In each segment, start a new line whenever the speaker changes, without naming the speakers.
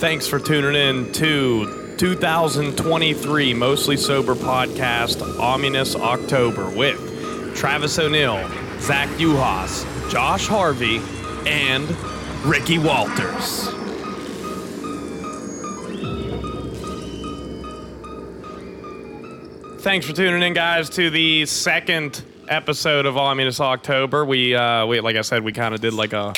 Thanks for tuning in to 2023 Mostly Sober Podcast, Ominous October, with Travis O'Neill, Zach Uhas, Josh Harvey, and Ricky Walters. Thanks for tuning in, guys, to the second episode of Ominous October. We, uh, we like I said, we kind of did like a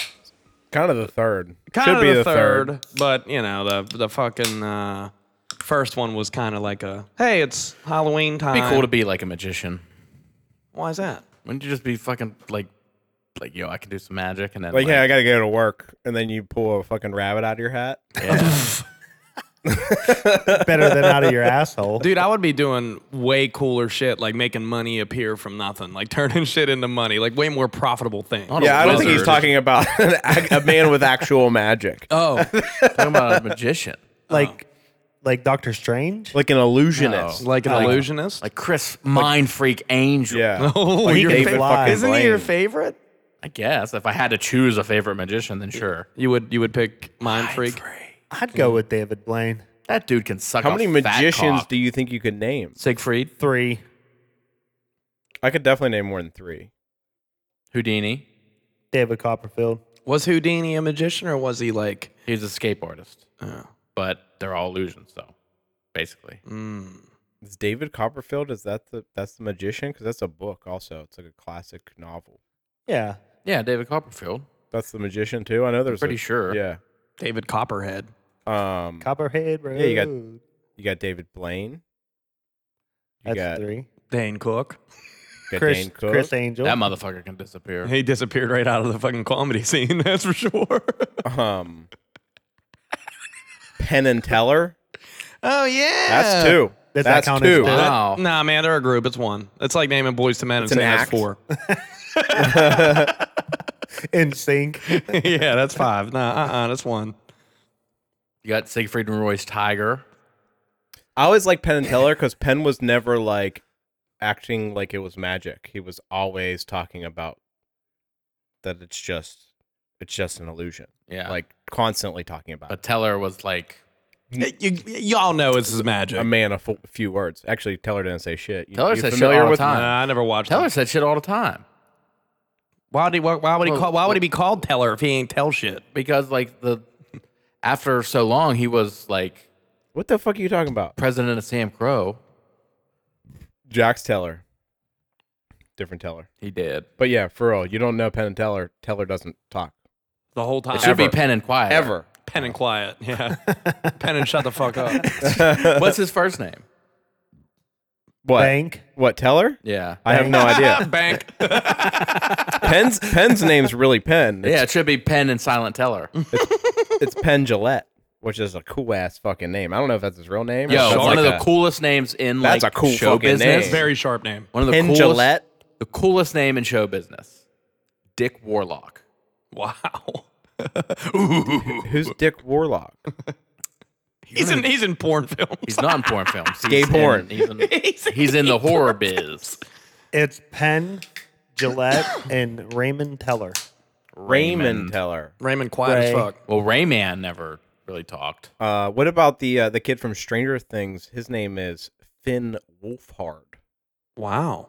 Kind of the third.
kind
Should
of
be
the, third, but you know the the fucking uh, first one was kind of like a hey, it's Halloween time.
Be cool to be like a magician.
Why is that?
Wouldn't you just be fucking like, like yo, I can do some magic and then
Like, yeah, I gotta go to work, and then you pull a fucking rabbit out of your hat.
better than out of your asshole.
Dude, I would be doing way cooler shit, like making money appear from nothing, like turning shit into money, like way more profitable thing.
Not a
Yeah, I don't think he's
wizard.
talking about an, ac- a man with actual magic,
Oh, talking about a magician,
Like, like Doctor Strange.
like an illusionist.
Like an illusionist.
like Chris Mind Freak Angel.
Yeah,
oh,
Like
your
David
favorite.
Fly.
Isn't he your
Blaine.
favorite?
I guess if I had to choose a favorite magician, then sure.
You would you would pick Mind Freak.
I'd go with David Blaine.
That dude can suck.
how
a
many
fat
magicians
cock.
do you think you could name?
Siegfried.
Three.
I could definitely name more than three.
Houdini?
David Copperfield.
Was Houdini a magician or was he like
He was a escape artist,
oh,
but they're all illusions, though. Basically,
Is David Copperfield? Is that the that's the magician? Because that's a book. Also, it's like a classic novel.
Yeah.
yeah, David Copperfield.
That's the magician too. I know there's a-
pretty sure.
Yeah.
David Copperhead?
Um,
Copperhead Road.
you got- you got David Blaine. You
That's
got,
three.
Dane Cook.
got
Chris,
Dane Cook.
Chris Angel.
That motherfucker can disappear.
He disappeared right out of the fucking comedy scene, that's for sure.
um, Penn and Teller.
Oh yeah.
That's two.
Does that
That's
count as
two.
two?
Wow.
Nah, man, they're a group. It's one. It's like naming Boys to Men
It's
and
an
saying that's
act.
four.
In sync.
yeah, that's five. Nah, uh-uh, that's one.
You got Siegfried and Roy's Tiger.
I always like Penn and Teller because Penn was never like acting like it was magic. He was always talking about that it's just it's just an illusion.
Yeah.
Like constantly talking about
But Teller was like,
Y- You, y'all know this is
it.
magic.
a man of f- few words. Actually, Teller didn't say shit. You,
Teller
you
said shit
familiar
all the
with
time.
Nah, I never watched
Teller
Teller.
said shit all the time.
Why would he? Why, why would he?
Well,
Call, why would he be called Teller if he ain't tell shit?
because like the after so long he was like
What the fuck are you talking about?
president of Sam Crow.
Jack's Teller, different Teller.
He did.
But yeah, for real, you don't know Penn and Teller. Teller doesn't talk
The whole time.
It should be
Ever.
Penn and Quiet.
ever.
Pen and quiet. Yeah. Pen and shut the fuck up.
What's his first name?
What?
Bank.
What Teller?
Yeah.
I have no idea.
Bank.
Penn's Penn's name's really Penn. It's
yeah, it should be Penn and Silent Teller.
it's Penn Gillette, which is a cool ass fucking name. I don't know if that's his real name. or
Yo,
if that's
one of
like
the
a-
coolest names in
That's
like
a cool
show
fucking
business.
name.
Very sharp name.
One of the
Penn
coolest,
Gillette.
the coolest name in show business. Dick Warlock.
Wow.
Who's Dick Warlock?
He's in. He's in porn films.
He's not in porn films. He's
Gay
in-
porn.
He's in, he's in the horror biz.
It's Penn, Gillette, and Raymond Teller.
Raymond, Teller.
Raymond quiet as
Ray.
fuck.
Well, Rayman never really talked.
Uh, what about the uh, the kid from Stranger Things? His name is Finn Wolfhard.
Wow.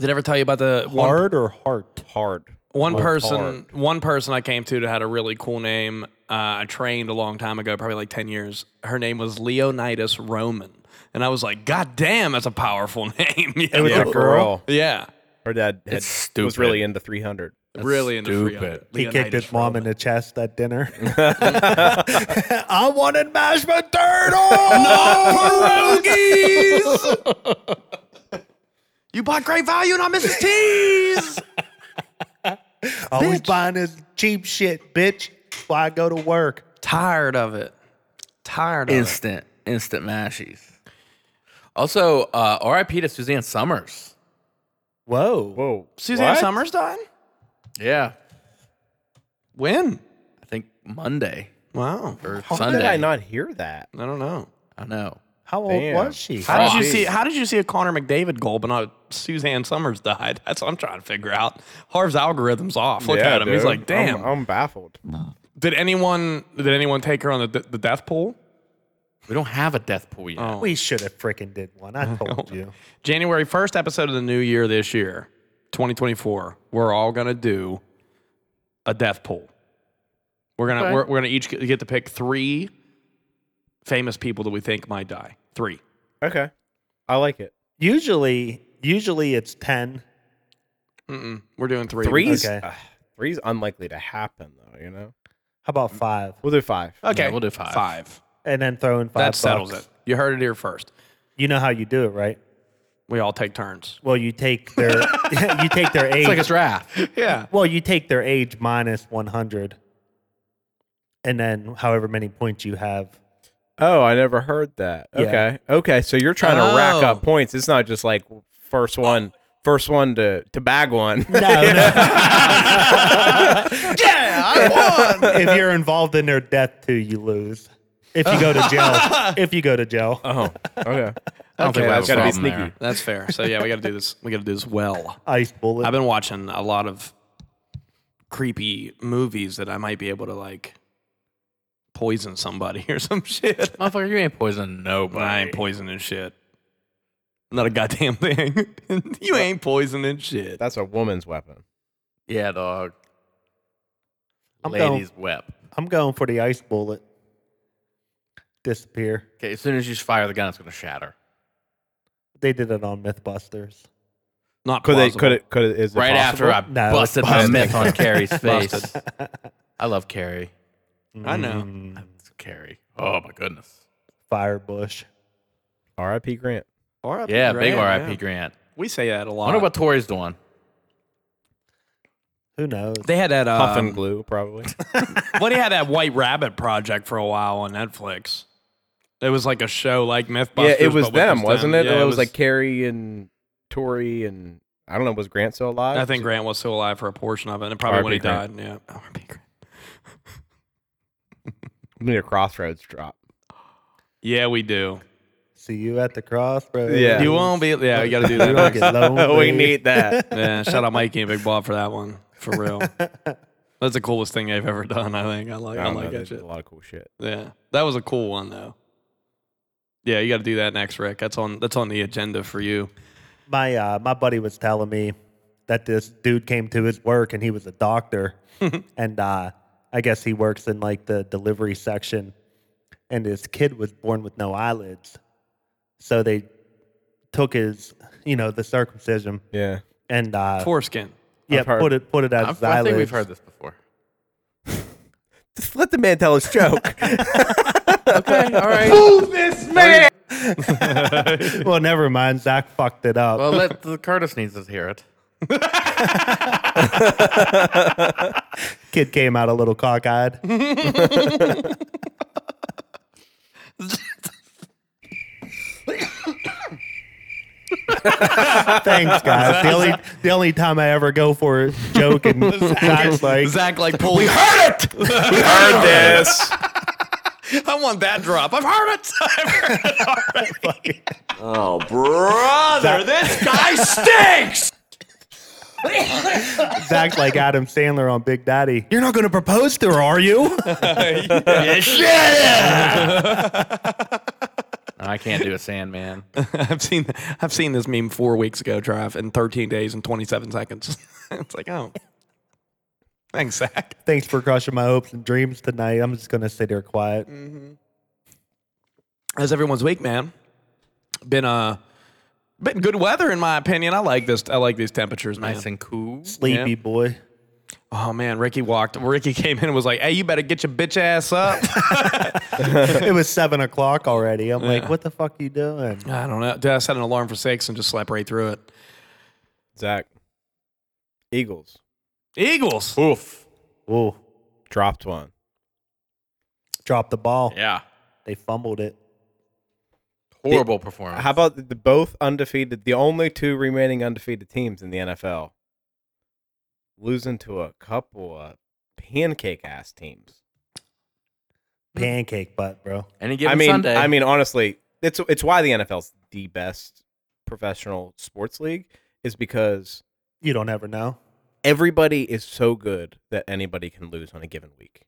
Did I ever tell you about the one
Hard or heart?
Hard.
One
Wolf
person,
Hard.
one person I came to that had a really cool name. Uh, I trained a long time ago, probably like ten years. Her name was Leonidas Roman, and I was like, "God damn, that's a powerful name." you
was
know?
a
Yeah, for
girl?
real.
yeah,
Her dad had,
It's
was
stupid.
really into 300.
really into
stupid.
freedom.
He kicked
Leonidas
his mom
Roman.
in the chest at dinner. I wanted mashed potatoes.
You bought great value, not Mrs. T's.
Always buying this cheap shit, bitch. Why I go to work?
Tired of it. Tired of it.
Instant, instant mashies. Also, uh, RIP to Suzanne Summers.
Whoa.
Whoa.
Suzanne
what?
Summers died.
Yeah,
When?
I think Monday
Wow.
or
How
Sunday.
did I not hear that?
I don't know.
I know.
How old
Damn.
was she?
How did you
Jeez.
see? How did you see a Connor McDavid goal, but not Suzanne Summers died? That's what I'm trying to figure out. Harv's algorithm's off. Look
Yeah,
at him. He's
dude.
like, damn.
I'm, I'm baffled.
Did anyone did anyone take her on the, the death pool?
We don't have a death pool yet.
We should have freaking did one. I told you.
January 1st episode of the new year this year, 2024. We're all going to do a death pool. We're going to
Okay.
we're, we're going to each get get to pick 3 famous people that we think might die. 3.
Okay. I like it.
Usually, usually it's ten.
We're doing 3.
Three's
Okay.
uh, three's unlikely to happen though, you know?
How about five?
We'll do five.
Okay.
Yeah, we'll do five.
5.
And then throw in five.
That settles
bucks.
it. You heard it here first.
You know how you do it, right?
We all take turns.
Well, you take their you take their age.
It's like a draft.
Yeah.
well, you take their age minus one hundred, and then however many points you have.
Oh, I never heard that.
Yeah.
Okay. Okay. So you're trying to rack up points. It's not just like first one, first one to, to bag one.
No, I won. If you're involved in their death too, you lose. If you go to jail, if you go to jail,
oh, okay.
I don't think
Okay,
we
that's
have a
gotta be
problem
sneaky.
there.
That's fair. So yeah, we got to do this. We got to do this well.
ice bullet.
I've been watching a lot of creepy movies that I might be able to like poison somebody or some shit.
Motherfucker, you ain't poisoning nobody.
I ain't poisoning shit. Not a goddamn thing. you ain't poisoning shit.
That's a woman's weapon.
yeah, dog.
I'm going-
Ladies wept.
I'm going for the ice bullet. Disappear.
Okay, as soon as you fire the gun, it's gonna shatter.
They did it on MythBusters.
Not
Could they?
plausible.
Could it? Could it? Is it
right
possible?
after I
No, it's
busted my
busted.
myth on Carrie's face.
Busted.
I love Carrie.
I know.
Mm.
It's Carrie. Oh my goodness.
Firebush.
R.I.P. Grant.
R.I.P.
Yeah, big
Grant,
RIP
yeah.
Grant.
We say that a
I
lot.
wonder what Tori's doing.
Who knows?
they had that.
Puff
Um,
and glue, probably.
well, they had that White Rabbit project for a while on Netflix. It was like a show like MythBusters.
yeah, it
but
was
with
them,
just
wasn't it?
Yeah,
it was like Carrie and Tori and I don't know. Was Grant still alive?
I think Grant was still alive for a portion of it, and probably when
R.I.P.
he
Grant.
died. Yeah, R.I.P. Grant.
we need a crossroads drop.
Yeah, we do.
See you at the crossroads.
Yeah.
You won't be. Yeah, we got to do
You don't
that.
get lonely.
we need that.
yeah, shout out Mikey and Big Bob for that one. For real, that's the coolest thing they've ever done. I think I like. I,
I don't know,
like
they
that
did
shit.
a lot of cool shit.
Yeah, that was a cool one though. Yeah, you got to do that next, Rick. That's on. That's on the agenda for you.
my uh, my buddy was telling me that this dude came to his work and he was a doctor, and uh, I guess he works in like the delivery section, and his kid was born with no eyelids, so they took his you know the circumcision
Yeah.
and uh,
Foreskin.
yeah
I've heard-
put it put it as
I've-
his
I think
eyelids.
we've heard this before.
Just let the man tell his joke.
Okay, all right.
well, never mind. Zach fucked it up.
well, let the Curtis needs to hear it.
Kid came out a little cockeyed. Thanks, guys. The only the only time I ever go for a joke and Zach's like,
Zach like pulled. we heard it. we
Heard this.
I want that drop. I've heard it. I've heard it already.
Oh, brother, this guy stinks!
Zach's like Adam Sandler on Big Daddy. You're not going to propose to her, are you?
I can't do a Sandman.
I've seen I've seen this meme four weeks ago, Trav, in 13 days and 27 seconds. it's like, oh, thanks, Zach.
Thanks for crushing my hopes and dreams tonight. I'm just going to sit here quiet.
Mm, How's everyone's week, man? Been uh, been good weather in my opinion. I like this. I like these temperatures, man.
Nice and cool.
Sleepy
Yeah.
boy.
Oh man, Ricky walked. Ricky came in and was like, "Hey, you better get your bitch ass up."
It was seven o'clock already. I'm like, what the fuck you doing?
I don't know. Dude, I set an alarm for six and just slept right through it.
Zach. Eagles
Eagles.
Oof.
Ooh,
dropped one.
dropped the ball.
Yeah.
They fumbled it.
Horrible performance.
How about the, the both undefeated, the only two remaining undefeated teams in the NFL, losing to a couple of pancake ass teams.
pancake butt, bro.
Any given
I mean,
Sunday.
I mean, honestly, it's it's why the NFL's the best professional sports league is because
You don't ever know.
everybody is so good that anybody can lose on a given week.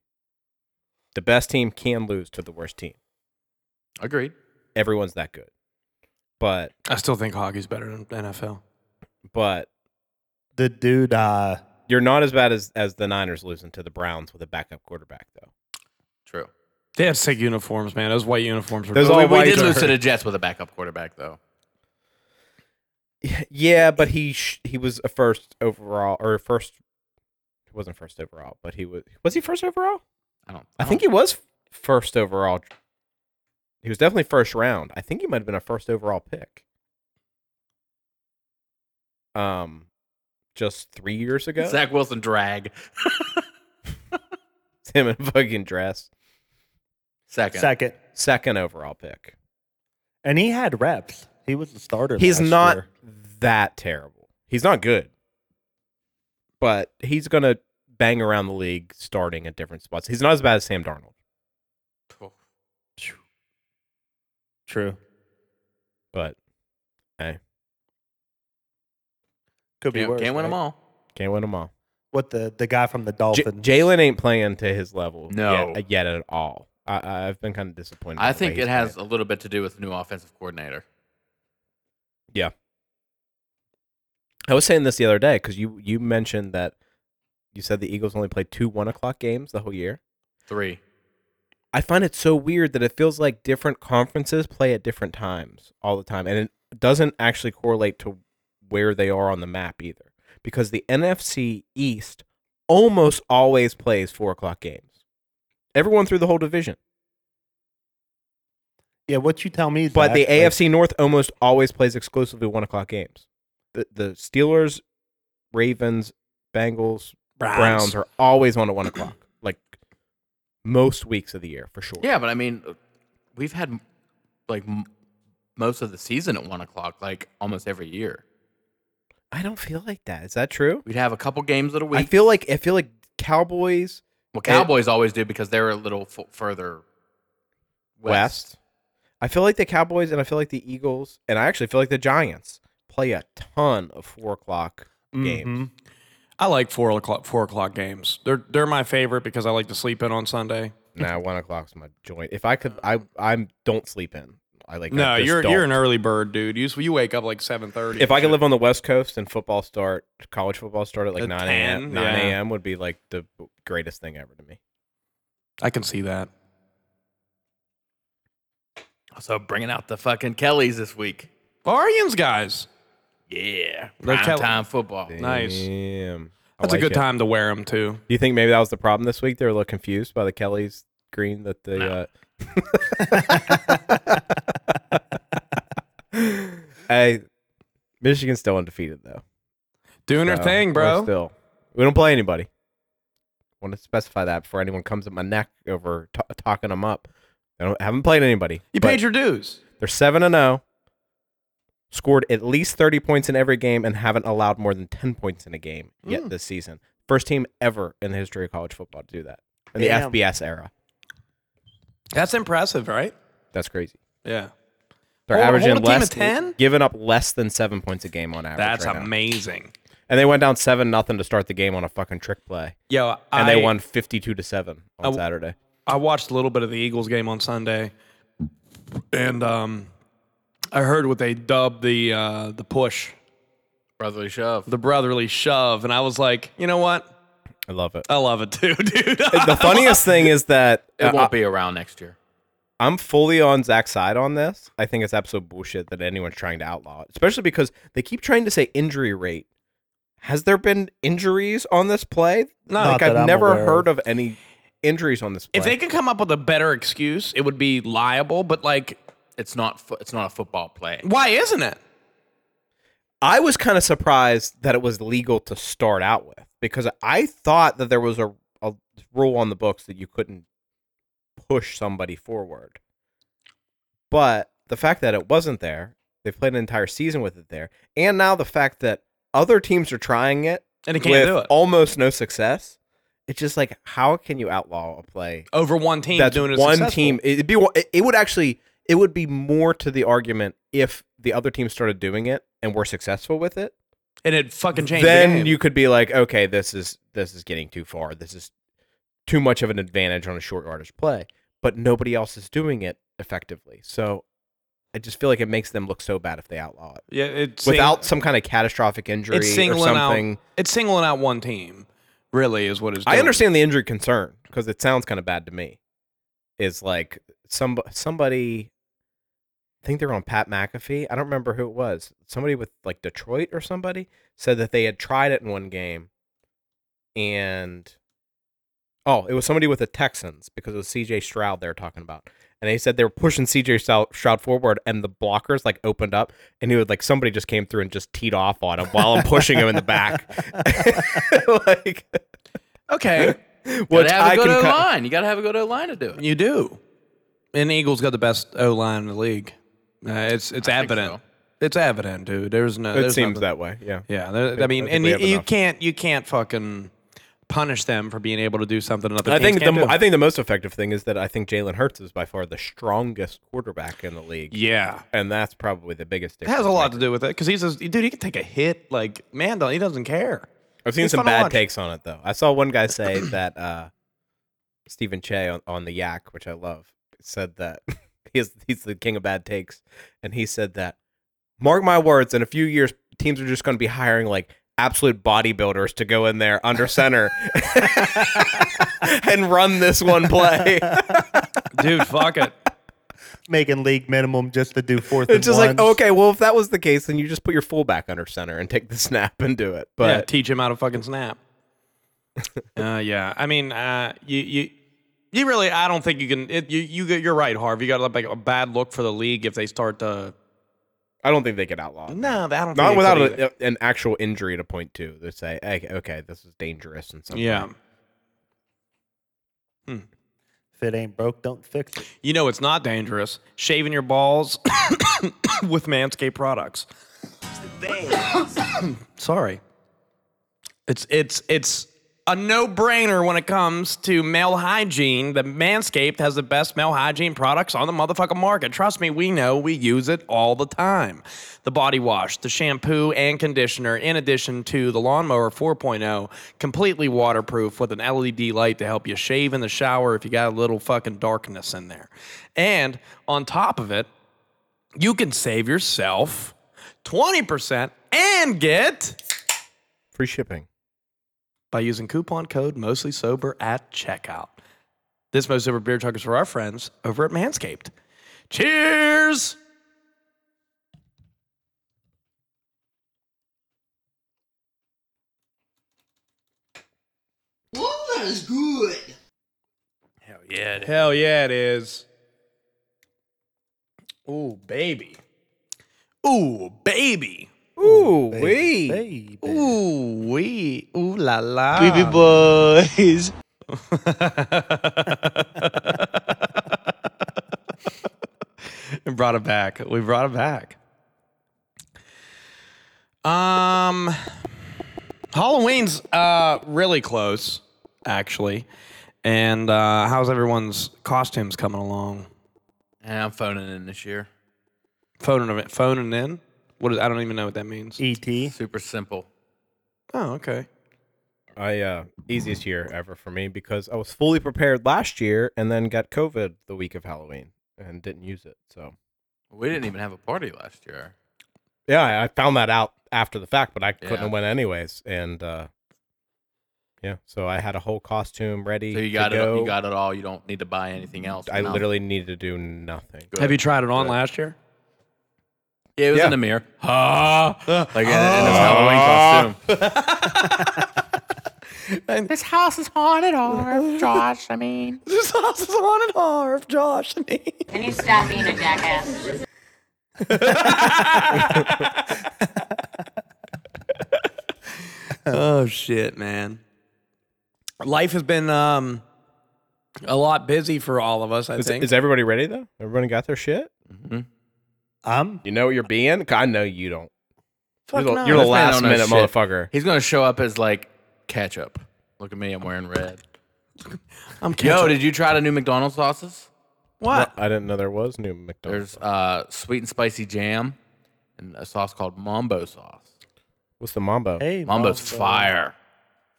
The best team can lose to the worst team.
Agreed.
Everyone's that good. But
I still think hockey's better than NFL.
but
The dude, uh,
you're not as bad as as the Niners losing to the Browns with a backup quarterback though.
True.
They had sick uniforms, man. Those white uniforms were
Those
good.
all
Oh, We, we
whites
did
are
lose to
hurt.
the Jets with a backup quarterback, though.
Yeah, but he sh- he was a first overall or a first. He wasn't first overall, but he was. Was he first overall?
I don't.
I think he was first overall. He was definitely first round. I think he might have been a first overall pick. Um, just three years ago,
Zach Wilson drag
him in a fucking dress.
second.
second,
Second overall pick.
and he had reps. He was the starter.
He's
last
not
year.
that terrible. He's not good, but he's gonna bang around the league starting at different spots. He's not as bad as Sam Darnold.
true.
but
Could be
Can't,
worse.
can't win
right?
them all.
can't win them all.
What the the guy from the
J-
Dolphins?
Jalen ain't playing to his level
No.
yet, yet at all. I- I, I've been kind of disappointed.
I
with the way
think
he's
it has
playing.
a little bit to do with new offensive coordinator.
I was saying this the other day because you you mentioned that you said the Eagles only played two one o'clock games the whole year.
Three.
I find it so weird that it feels like different conferences play at different times all the time, and it doesn't actually correlate to where they are on the map either. Because the NFC East almost always plays four o'clock games. Everyone through the whole division.
yeah, what you tell me?
But the
Zach, like,
AFC North almost always plays exclusively one o'clock games. The the Steelers, Ravens, Bengals, Browns, are always on at one o'clock, like most weeks of the year for sure.
Yeah, but I mean, we've had like m- most of the season at one o'clock, like almost every year.
I don't feel like that. Is that true?
We'd have a couple games at a week.
I feel like I feel like Cowboys
well, Cowboys always do because they're a little f- further west.
West. I feel like the Cowboys and I feel like the Eagles and I actually feel like the Giants play a ton of four o'clock
Mm-hmm.
games.
I like four o'clock four o'clock games. They're they're my favorite because I like to sleep in on Sunday.
Nah, one o'clock's my joint. If I could, I I don't sleep in. I like
No,
I just
you're you're
don't.
an early bird, dude. You s- you wake up like seven thirty.
if I could live on the West Coast and football start, college football start at like
At
nine
10,
a.m. Nine
yeah.
a.m. would be like the greatest thing ever to me.
I can see that.
So bringing out the fucking Kellys this week.
Arians guys,
Yeah,
The
prime
Kell-
time football.
Nice.
Damn. I
that's
like
a good
it.
time to wear them too.
Do you think maybe that was the problem this week? They were a little confused by the Kelly's green that uh, the. Uh... I, Michigan's still undefeated though.
Doing
So,
her thing,
we're
bro.
Still, we don't play anybody. Want to specify that before anyone comes at my neck over t- talking them up. I don't, haven't played anybody.
you
but-
paid your dues.
They're seven and zero. Scored at least thirty points in every game and haven't allowed more than ten points in a game
Hmm.
yet this season. First team ever in the history of college football to do that in the
Damn.
FBS era.
That's impressive, right?
That's crazy.
Yeah,
They're
Hold-
averaging
hold a team
less,
of 10?
giving up less than seven points a game on average.
that's
right now.
amazing.
And they went down seven nothing to start the game on a fucking trick play,
Yo,
and
I,
they won fifty two to seven on
I-
Saturday.
I watched a little bit of the Eagles game on Sunday, and um, I heard what they dubbed the uh, the push,
Brotherly shove.
the brotherly shove, and I was like, you know what?
I love it.
I love it too, dude.
the funniest thing is that
it
uh,
won't be around next year.
I'm fully on Zach's side on this. I think it's absolute bullshit that anyone's trying to outlaw it, especially because they keep trying to say injury rate. Has there been injuries on this play? No, like
that
I've
I'm
never
aware
heard of any injuries on this play.
if they could come up with a better excuse, it would be liable. But like,
It's not. Fo- it's not a football play.
why isn't it?
I was kind of surprised that it was legal to start out with because I thought that there was a, a rule on the books that you couldn't push somebody forward. But the fact that it wasn't there, they've played an entire season with it there, and now the fact that other teams are trying it
And it can't
with
do it
almost no success, it's just like how can you outlaw a play
over one team
that's
doing it.
one
successful.
team. It'd be one- it it would actually it would be more to the argument if the other team started doing it and were successful with it.
and it fucking changed. the
Then
game.
you could be like, okay, this is this is getting too far. This is too much of an advantage on a short yardage play, but nobody else is doing it effectively. So I just feel like it makes them look so bad if they outlaw it
Yeah, it's
without some kind of catastrophic injury
it's
or
singling
something.
out it's singling out one team. Really is what it's.
I
doing.
understand the injury concern because it sounds kind of bad to me. Is like some somebody. I think they're on Pat McAfee. I don't remember who it was. Somebody with like Detroit or somebody said that they had tried it in one game, and oh, it was somebody with the Texans because it was C.J. Stroud they were talking about, and they said they were pushing C.J. Strou- Stroud forward, and the blockers like opened up, and he would like somebody just came through and just teed off on him while I'm pushing him in the back, like
Okay,
which
gotta have
I
it go
can
to a
cut-
line. You gotta have it go to a line to do it.
you do. And the Eagles got the best O line in the league. Uh, it's it's
I think
evident.
so.
It's evident, dude. There's no.
It
there's
seems
nothing-
that way. Yeah.
Yeah, there, I mean,
I think
and
we
you,
have
you
enough.
can't you can't fucking punish them for being able to do something another
I
teams
think the
can't
mo-
do.
I think the most effective thing is that I think Jalen Hurts is by far the strongest quarterback in the league,
yeah,
and that's probably the biggest.
it
Difference.
has a lot to do with it because he's a, dude. He can take a hit like man. don't- He doesn't care.
I've seen
He's
some
fun to
bad
watch.
takes on it though. I saw one guy say that uh, Stephen Che on, on the Yak, which I love, said that he's he's the king of bad takes, and he said that mark my words, in a few years, teams are just going to be hiring like absolute bodybuilders to go in there under center and run this one play.
Dude, fuck it.
making league minimum just to do fourth.
It's
and
just like,
ones.
okay, well, if that was the case, then you just put your fullback under center and take the snap and do it.
yeah,
But
teach him how to fucking snap. uh, yeah, I mean, uh, you you you really, I don't think you can. It, you you get- you're right, Harv. You got like a bad look for the league if they start to.
I don't think they get outlawed.
No, I don't.
Not
think
without
it.
a, an actual injury to point to that say, hey, okay, this is dangerous and something.
Yeah,
If it ain't broke, don't fix it.
you know it's not dangerous. Shaving your balls with Manscaped products. Sorry. It's it's it's a no-brainer when it comes to male hygiene. The Manscaped has the best male hygiene products on the motherfucking market. Trust me, we know we use it all the time. The body wash, the shampoo and conditioner, in addition to the lawnmower 4.0, completely waterproof with an LED light to help you shave in the shower if you got a little fucking darkness in there. And on top of it, you can save yourself 20% and get
Free shipping.
by using coupon code mostly sober at checkout. This most sober beer talk is for our friends over at Manscaped. Cheers!
Oh, that is good.
Hell yeah, it- hell yeah, it is. Ooh, baby. Ooh, baby.
Ooh,
Hey,
wee.
baby.
Ooh, wee. Ooh la la.
Um,
boys.
We brought it back. We brought it back. Um, Halloween's uh really close, actually. And uh, how's everyone's costumes coming along?
And I'm phoning in this year.
Phoning it, phoning in. What is? I don't even know what that means.
Et.
Super simple.
Oh, okay.
I uh, easiest year ever for me because I was fully prepared last year and then got COVID the week of Halloween and didn't use it. So
We didn't even have a party last year.
yeah, I- I found that out after the fact, but I couldn't
Yeah.
have went anyways. And uh, yeah, so I had a whole costume ready.
So you got
to
it.
Go.
You got it all. You don't need to buy anything else.
I
No.
literally needed to do nothing.
Good.
Have you tried it on last year?
Yeah, it was
Yeah.
in the mirror. Ha! like in, in his Halloween costume.
This house is haunted, Arv, Josh. I mean,
This house is on and off, Josh.
Can you stop being a jackass?
oh shit, man. Life has been um a lot busy for all of us. I
Is,
think.
is everybody ready though? Everybody got their shit?
I'm
You know what you're being? I know you don't. You're the,
no.
you're the
This man
last
don't know
minute
shit.
motherfucker.
He's gonna show up as like ketchup. Look at me. I'm wearing red.
I'm
Yo,
ketchup.
did you try the new McDonald's sauces?
what?
I didn't know there was new McDonald's.
There's uh, sweet and spicy jam, and a sauce called mambo sauce.
What's the mambo?
hey.
Mambo's
Mambo.
fire.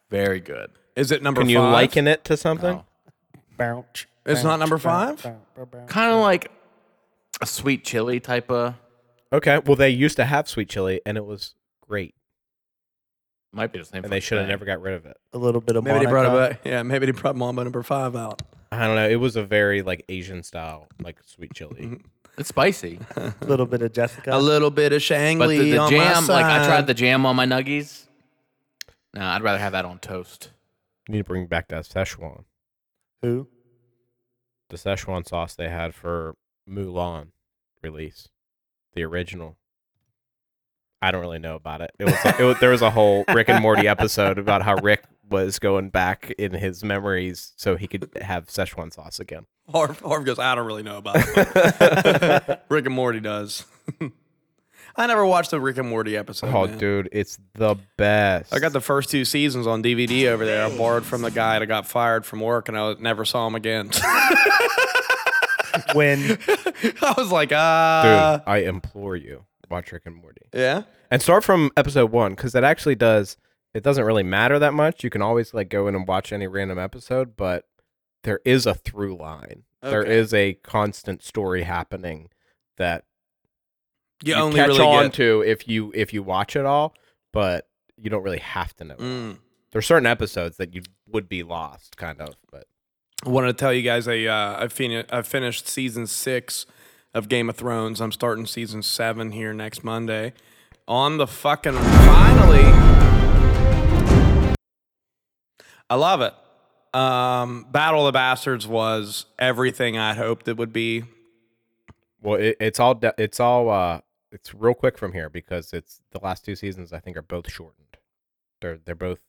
Very good.
Is it number
Can you
five? Oh.
liken it to something?
No.
Bounce.
It's not number five?
Kind of like a sweet chili type of.
Okay. Well, they used to have sweet chili, and it was great,
Might be the same.
and they
fucking
should have
thing.
never got rid of it.
A little bit of
Maybe they brought
Monaco.
it back. Yeah, maybe they brought Mambo number five out.
I don't know. It was a very like Asian style, like sweet
Mm-hmm.
chili.
It's spicy,
A little bit of Jessica.
A little bit of
but
shangly
the, the
on my
jam.
side.
Like I tried the jam on my nuggies. No, I'd rather have that on toast.
Need to bring back that Szechuan,
Who?
the Szechuan sauce they had for Mulan release, the original. I don't really know about it. It was, it was there was a whole Rick and Morty episode about how Rick was going back in his memories so he could have Szechuan sauce again.
Harv, Harv goes, I don't really know about it. Rick and Morty does. I never watched the Rick and Morty episode.
Oh,
man.
dude, it's the best.
I got the first two seasons on DVD over there. I borrowed from the guy that got fired from work, and I never saw him again.
When
I was like,
dude.
ah,
I implore you, watch Rick and Morty.
yeah.
and start from episode one because that actually does it doesn't really matter that much you can always like go in and watch any random episode but there is a through line there
Okay.
is a constant story happening that
You,
you,
only
catch
really
on
get.
to if you if you watch it all but you don't really have to know
Mm.
there's certain episodes that you would be lost kind of but
I wanted to tell you guys I uh, I, fin- I finished season six of Game of Thrones. I'm starting season seven here next Monday. On the fucking finally, I love it. Um, Battle of the Bastards was everything I hoped it would be.
well it, it's all de- it's all uh it's real quick from here because it's the last two seasons i think are both shortened they're they're both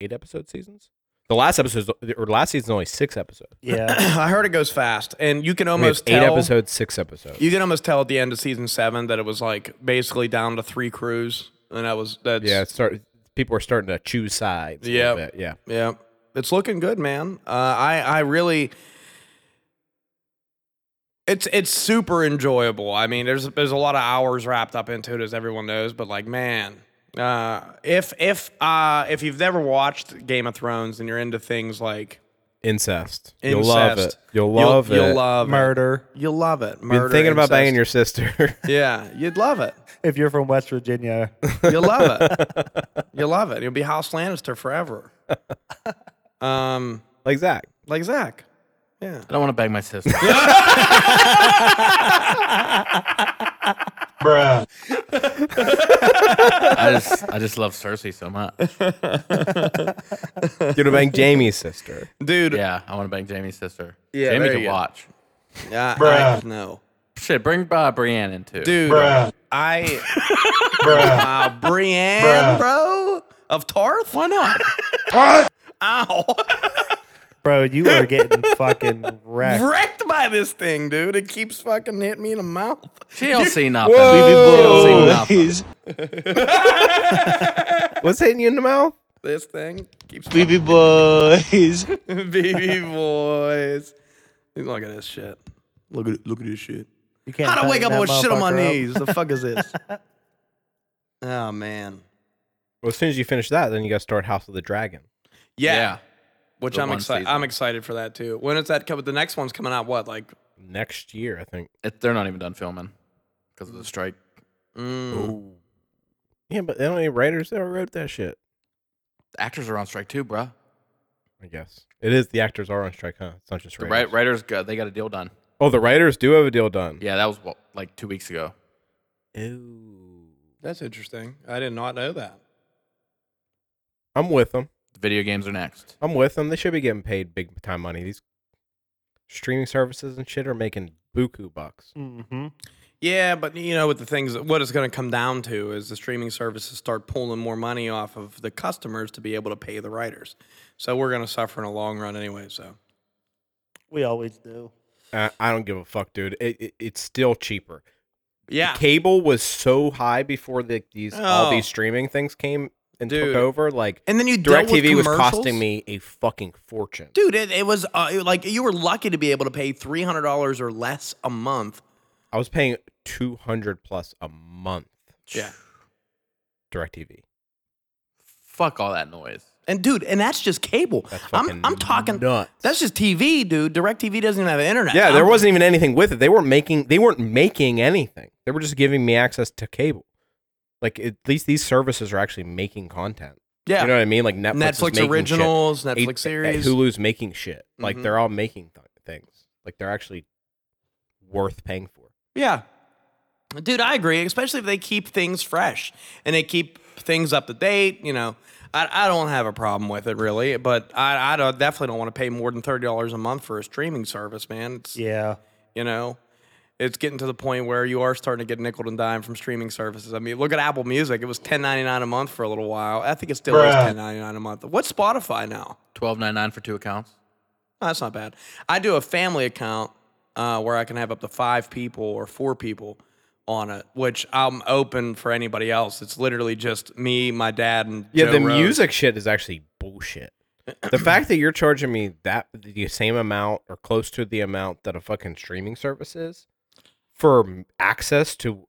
eight episode seasons the last episode or last season's only six episodes
yeah,
I heard it goes fast, and you can
I mean, it's
almost
eight
tell.
episodes six episodes
You can almost tell at the end of season seven that it was like basically down to three crews, and that was that's
yeah it start people are starting to choose sides a
Yep.
little bit, yeah
Yeah, it's looking good, man. Uh, I I really, it's it's super enjoyable. I mean, there's there's a lot of hours wrapped up into it, as everyone knows. But like, man, uh, if if uh, if you've never watched Game of Thrones and you're into things like
incest you'll love it
incest,
you'll love
you'll,
it
You'll love it.
murder.
You'll love it.
You've been
Murder.
thinking about banging your
incest.
sister
Yeah, you'd love it.
If you're from West Virginia,
You'll love it. You'll love it. You'll be House Lannister forever. Um,
like zach
like Zach. Yeah.
I don't want to bang my sister.
Bruh.
I just I just love Cersei so much.
you're gonna bang jamie's sister
Dude,
Yeah, I want to bang Jamie's sister.
Yeah,
Jamie
there
can
you go.
watch.
Yeah, I,
Bruh.
no,
Shit, bring uh, Brienne in too.
dude.
Bruh.
I
Bruh.
uh, Brienne,
Bruh.
bro, of Tarth. Why not? Ow!
bro, you are getting fucking wrecked.
Wrecked by this thing, dude. It keeps fucking hitting me in the mouth.
she don't see nothing.
Whoa.
She don't see nothing.
Please.
what's hitting you in the mouth
This thing keeps
Baby boys.
baby boys. Look at this shit. Look at look at this shit.
You can't
How do I
tighten
wake up
that
with shit on my
motherfucker up.
knees? The fuck is this? oh man.
well as soon as you finish that then you gotta start house of the dragon
Yeah,
Yeah.
which
the
I'm
one
excited.
season.
I'm excited for that too. When is that coming? The next one's coming out. What like?
next year i think
It, they're not even done filming because of the strike.
mm,
yeah but the only writers that wrote that shit
The actors are on strike too, bruh.
I guess it is. The actors are on strike, huh? It's not just
The
writers.
wri- writers got they got a deal done.
Oh, the writers do have a deal done.
Yeah, that was what, like two weeks ago.
That's interesting. I did not know that.
I'm with them.
The video games are next.
I'm with them. They should be getting paid big time money. These streaming services and shit are making buku bucks.
Mhm.
Yeah, but you know, with the things, what it's going to come down to is the streaming services start pulling more money off of the customers to be able to pay the writers. So we're going to suffer in a long run anyway. So
We always do.
Uh, I don't give a fuck, dude. It, it, it's still cheaper.
yeah,
Cable was so high before the, these all
Oh.
these streaming things came and
Dude.
took over. Like
and then you dealt with
DirecTV was
commercials.
costing me a fucking fortune.
dude. It, it was uh, it- like you were lucky to be able to pay three hundred dollars or less a month.
I was paying two hundred plus a month.
Yeah,
DirecTV.
Fuck all that noise.
And dude, and that's just cable. I'm, I'm
fucking
talking.
nuts.
That's just TV, dude. Direct TV doesn't even have internet.
Yeah, there
I'm-
wasn't even anything with it. They weren't making they weren't making anything. They were just giving me access to cable. Like at least these services are actually making content.
Yeah,
You know what I mean? Like Netflix, is
Netflix,
making shit. uh,
originals,
H-
Netflix series.
Hulu's making shit. Like
Mhm.
they're all making th- things. Like they're actually worth paying for.
Yeah. Dude, I agree, especially if they keep things fresh and they keep things up to date. You know, I, I don't have a problem with it really, but I, I don't, definitely don't want to pay more than $30 a month for a streaming service, man. It's,
Yeah.
You know, it's getting to the point where you are starting to get nickel and dime from streaming services. I mean, look at Apple Music. It was $10.99 a month for a little while. I think it still is
Bruh.
$10.99 a month. What's Spotify now?
Twelve nine nine for two accounts.
No, Oh, that's not bad. I do a family account uh, where I can have up to five people or four people on it, which I'm open for anybody else. It's literally just me, my dad, and
Yeah,
Joe
the
Rogan.
music shit is actually bullshit. the fact that you're charging me that the same amount or close to the amount that a fucking streaming service is for m- access to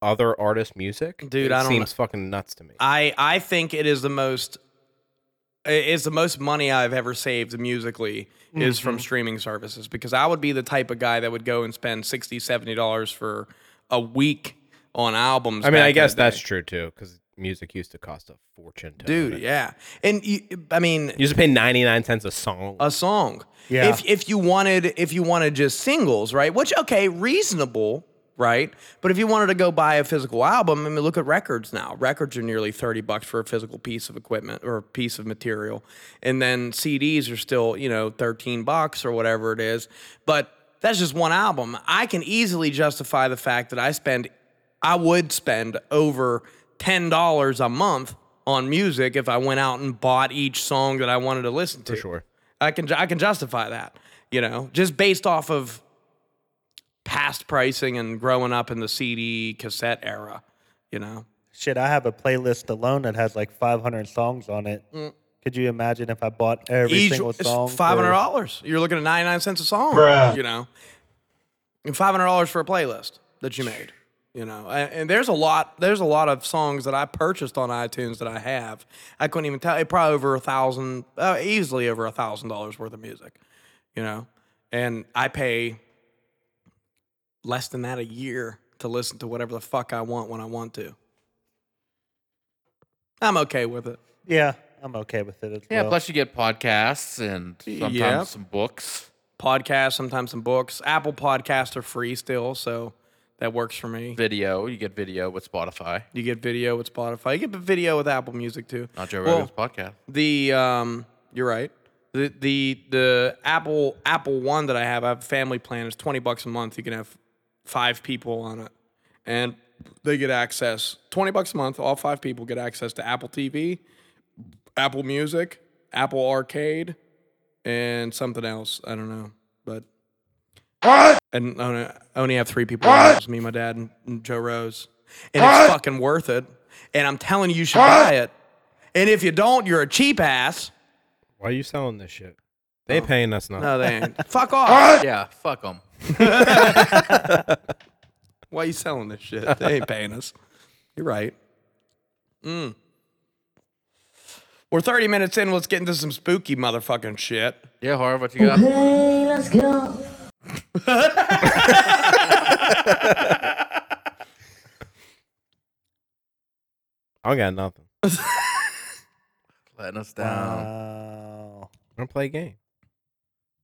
other artists' music,
Dude,
it
I don't
seems fucking nuts to me.
I I think it is the most it is the most money I've ever saved musically is
Mm-hmm.
from streaming services because I would be the type of guy that would go and spend 60 70 dollars for a week on albums.
I mean,
back
I
in the
guess that's
day.
true too, because music used to cost a fortune. To own
dude,
it.
yeah. And you, I mean,
you used to pay ninety nine cents a song.
a song.
Yeah.
If if you wanted if you wanted just singles, right? Which okay, reasonable, right? But if you wanted to go buy a physical album, I mean, look at records now. Records are nearly thirty bucks for a physical piece of equipment or a piece of material, and then CDs are still you know thirteen bucks or whatever it is. But that's just one album. I can easily justify the fact that I spend, I would spend over ten dollars a month on music if I went out and bought each song that I wanted to listen to.
for sure.
I can I can justify that, you know, just based off of past pricing and growing up in the CD cassette era, you know.
Shit, I have a playlist alone that has like 500 songs on it. Could you imagine if I bought every single song? for-
Mm. five hundred dollars. You're looking at ninety nine cents a song,
Bruh.
you know, and five hundred dollars for a playlist that you made. You know, and, and there's a lot. There's a lot of songs that I purchased on iTunes that I have. I couldn't even tell. It probably over a thousand, uh, easily over a thousand dollars worth of music. You know, and I pay less than that a year to listen to whatever the fuck I want when I want to. I'm okay with it.
Yeah, I'm okay with it as
Yeah,
well.
plus you get podcasts and sometimes
Yep.
some books.
podcasts, sometimes some books. Apple Podcasts are free still, so that works for me.
Video, you get video with Spotify.
You get video with Spotify. You get video with Apple Music too.
Not Joe
Well,
Rogan's podcast.
The um, you're right. The the the Apple Apple One that I have, I have a family plan. It's twenty bucks a month. You can have five people on it, and they get access. Twenty bucks a month. All five people get access to Apple TV, Apple Music, Apple Arcade, and something else. I don't know, but. And I only- I only have three people. on it. It's me, my dad, and- and Joe Rose. And it's fucking worth it. And I'm telling you, you should buy it. And if you don't, you're a cheap ass.
Why are you selling this shit? They ain't paying us nothing.
Oh. No, they ain't. Fuck off.
Yeah, fuck them.
Why you selling this shit? They ain't paying us. You're right. Mm. We're 30 minutes in. Let's get into some spooky motherfucking shit.
Yeah, Harv, what you got?
I don't got nothing.
Letting us
Oh.
down.
Wow.
I don't play a game.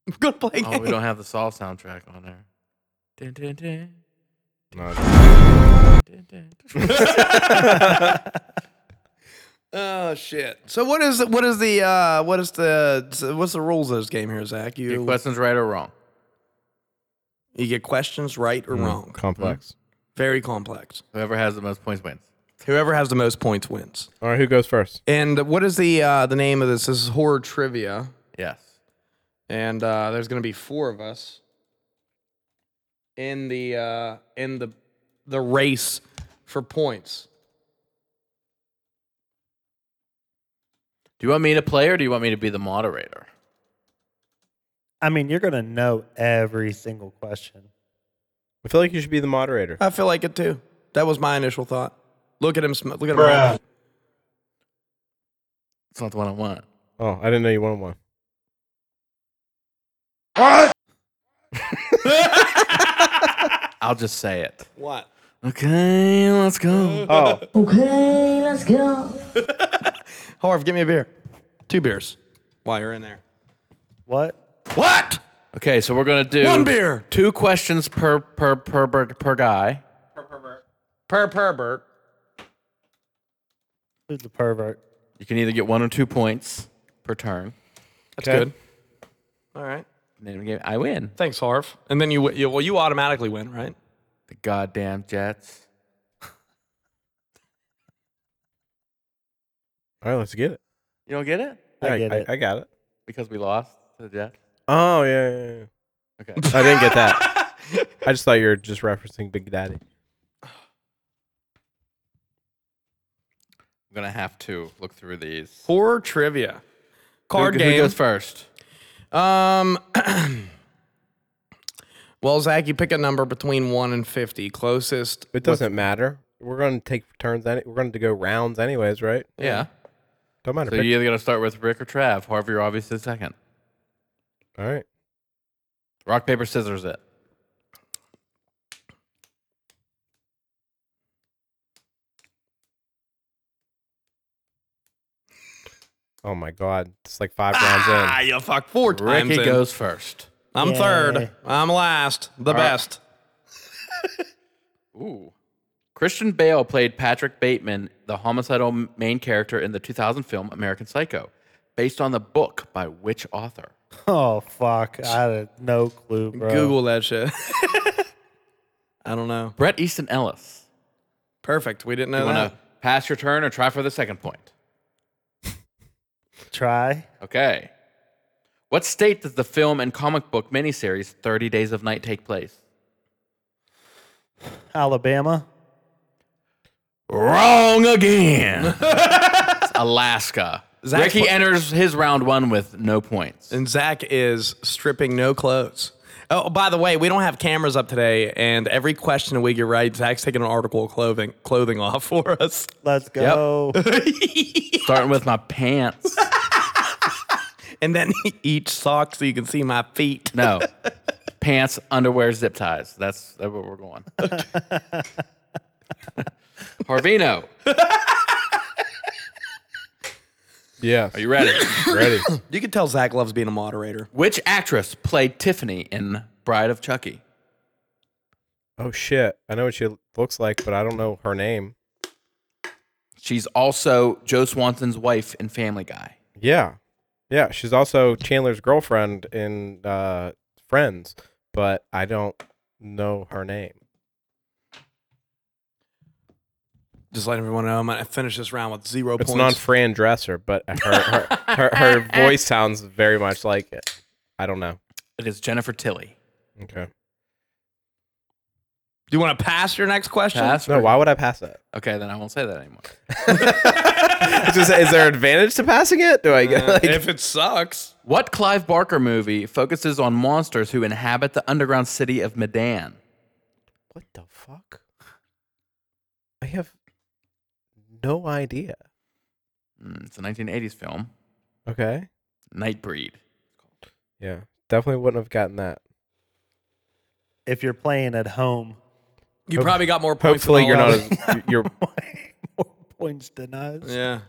We're going to play a
oh,
game.
we don't have the Saw soundtrack on there. Dun, dun, dun,
No,
dun, dun.
Oh shit! So what is what is the uh, what is the what's the rules of this game here, Zach?
Your
You
question's right or wrong?
you get questions right or wrong. Mm.
complex.
Very complex.
Whoever has the most points wins.
Whoever has the most points wins.
All right, who goes first?
And what is the uh, the name of this? This is horror trivia,
Yes.
and uh, there's gonna be four of us in the uh, in the the race for points.
Do you want me to play or do you want me to be the moderator?
I mean, you're going to know every single question.
I feel like you should be the moderator.
I feel like it too. That was my initial thought. Look at him. sm- Look at him.
Bruh.
It's not the one I want.
Oh, I didn't know you wanted one.
I'll just say it.
What?
Okay, let's go.
Oh,
Okay, let's go.
Harv, give me a beer. Two beers. While you're in there.
What?
What?
Okay, so we're gonna do
One beer.
two questions per per per per, per guy.
Per pervert.
Who's the pervert?
You can either get one or two points per turn.
That's
Okay.
good. All right.
And then we get- I win.
Thanks, Harv. And then you, wi- you well, you automatically win, right?
The goddamn Jets.
all right, let's get it.
You don't get it
I get it.
I, got it.
because we lost to the Jets.
Oh yeah, yeah, yeah.
Okay.
I didn't get that. I just thought you were just referencing Big Daddy.
I'm gonna have to look through these.
Horror trivia. Card
who,
game.
Who goes first?
Um. well, Zach, you pick a number between one and fifty. Closest.
It doesn't matter. We're going to take turns. Any, we're going to go rounds anyways, right?
Yeah.
Don't matter.
So
pick-
you either gotta start with Rick or Trav. Harvey, you're obviously second.
all right.
Rock paper scissors it.
Oh my God, it's like five rounds
Ah,
in.
you fuck four times.
Ricky
in.
goes first.
I'm
Yay.
third. I'm last. The
right.
best.
Ooh. Christian Bale played Patrick Bateman, the homicidal m- main character in the 2000 film American Psycho, based on the book by which author?
Oh fuck! I had no clue, bro.
Google that shit. I don't know.
Brett Easton Ellis.
Perfect. We didn't know
You want
that.
to pass your turn or try for the second point?
Try.
Okay. What state does the film and comic book miniseries 30 Days of Night take place?
Alabama.
Wrong again. It's Alaska.
Zach's
Ricky
pl-
enters his round one with no points.
And Zach is stripping no clothes. Oh, by the way, we don't have cameras up today, and every question a week you're right, Zach's taking an article of clothing clothing off for us.
Let's go.
Starting with my pants.
And then each sock so you can see my feet.
No. Pants, underwear, zip ties. That's, that's where we're going. Harvino,
Yeah,
are you ready?
ready?
You can tell Zach loves being a moderator.
Which actress played Tiffany in Bride of Chucky?
oh shit! I know what she looks like, but I don't know her name.
She's also Joe Swanson's wife in Family Guy.
Yeah, yeah. She's also Chandler's girlfriend in uh, Friends, but I don't know her name.
Just letting everyone know I'm gonna finish this round with zero
It's
points.
not Fran Dresser, but her her, her her voice sounds very much like it. I don't know.
It is Jennifer Tilly.
Okay.
Do you want to pass your next question?
Pass
No,
or-
why would I pass that?
Okay, then I won't say that anymore.
It's just- is there an advantage to passing it? Do I get like?
Uh, If it sucks,
What Clive Barker movie focuses on monsters who inhabit the underground city of Medan?
What the fuck? I have no idea.
Mm, It's a 1980s film,
Okay.
Nightbreed.
Yeah. Definitely wouldn't have gotten that.
if you're playing at home,
you probably got more points. than
Hopefully
all
you're not
of us.
as you're
more points than us.
Yeah,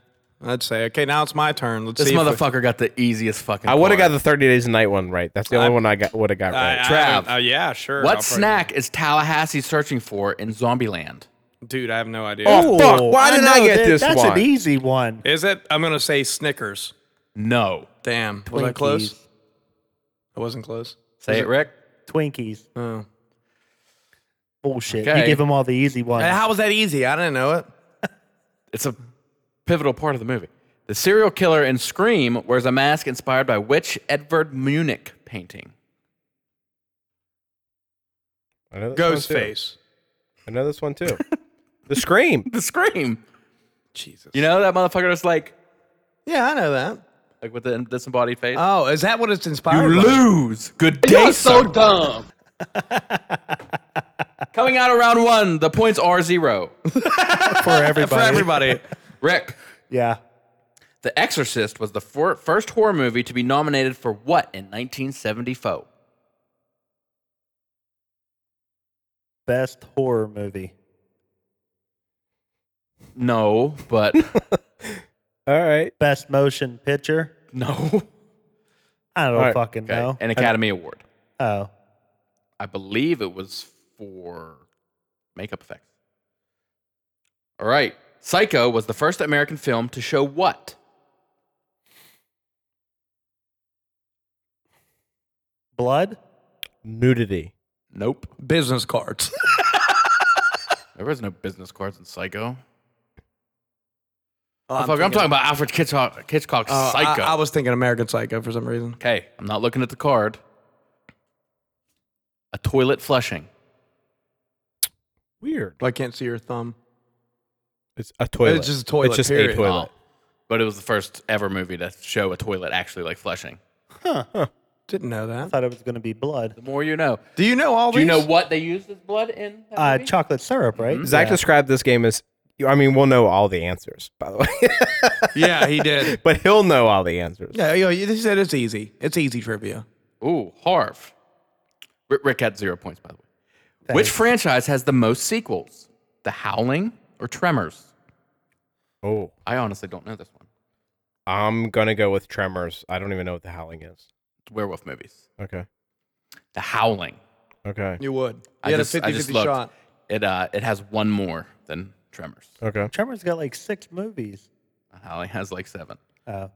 I'd say. Okay, now it's my turn. Let's
This
see. if we-
motherfucker got the easiest fucking.
I would have
card.
got the 30 days a night one right. That's the only
I'm-
one I got would have got
I-
right.
Trav.
I- uh, yeah, sure. I'll
What
probably-
snack is Tallahassee searching for in Zombieland?
Dude, I have no idea.
Oh, fuck, why did I
know,
get
that-
this
That's
one?
an easy one.
Is it? I'm gonna say Snickers.
No.
Damn, was I close?
Twinkies.
I wasn't close.
Say it, Rick.
Twinkies.
Oh.
Bullshit.
Okay.
You give them all the easy ones.
Hey, How was that easy? I didn't know it.
It's a pivotal part of the movie. The serial killer in Scream wears a mask inspired by which Edvard Munich painting?
I know this one too.
Ghostface.
I know this one too. the Scream.
The Scream.
Jesus.
You know that motherfucker that's like,
Yeah, I know that.
like with the disembodied face.
Oh, is that what it's inspired? by?
Uh, lose. Good day,
So
sir.
dumb.
Coming out of round one, the points are zero.
for everybody.
For everybody.
Rick,
Yeah.
The Exorcist was the fir- first horror movie to be nominated for what in 1974?
Best horror movie.
No, but
All right.
Best motion picture.
no.
I don't
All right,
fucking
Okay.
know.
An
I-
Academy Award.
Oh,
I believe it was for makeup effects. All right. Psycho was the first American film to show what?
blood.
Nudity.
Nope.
Business cards.
There was no business cards in Psycho. Oh, I'm, I'm talking about Alfred Hitchcock, Hitchcock's
Uh, I-
Psycho.
I, was thinking American Psycho for some reason.
okay, I'm not looking at the card. A toilet flushing.
Weird.
I can't see your thumb.
It's a toilet.
It's just a toilet,
It's just a
period.
toilet.
Oh. But it was the first ever movie to show a toilet actually like flushing.
Didn't know
I
that.
thought it was going to be blood.
The more you know.
Do you know all
Do
these?
you know what they used as blood in? that
Uh,
movie?
chocolate syrup, right?
Zach described this game as. I mean, we'll know all the answers, by the way,
yeah, he did.
but he'll know all the answers.
Yeah, yeah, he said it's easy. It's easy trivia.
Ooh, Harv. Ri- Rick had zero points, by the way. Which franchise has the most sequels? The Howling or Tremors?
Oh,
I honestly don't know this one.
I'm gonna go with Tremors. I don't even know what the howling is.
It's werewolf movies.
Okay.
The Howling.
Okay.
You would. You
I
had
just-
a
I
50
just
50
looked.
shot.
It uh, it has one more than Tremors.
Okay.
Tremors got like six movies.
The Howling has like seven.
Oh,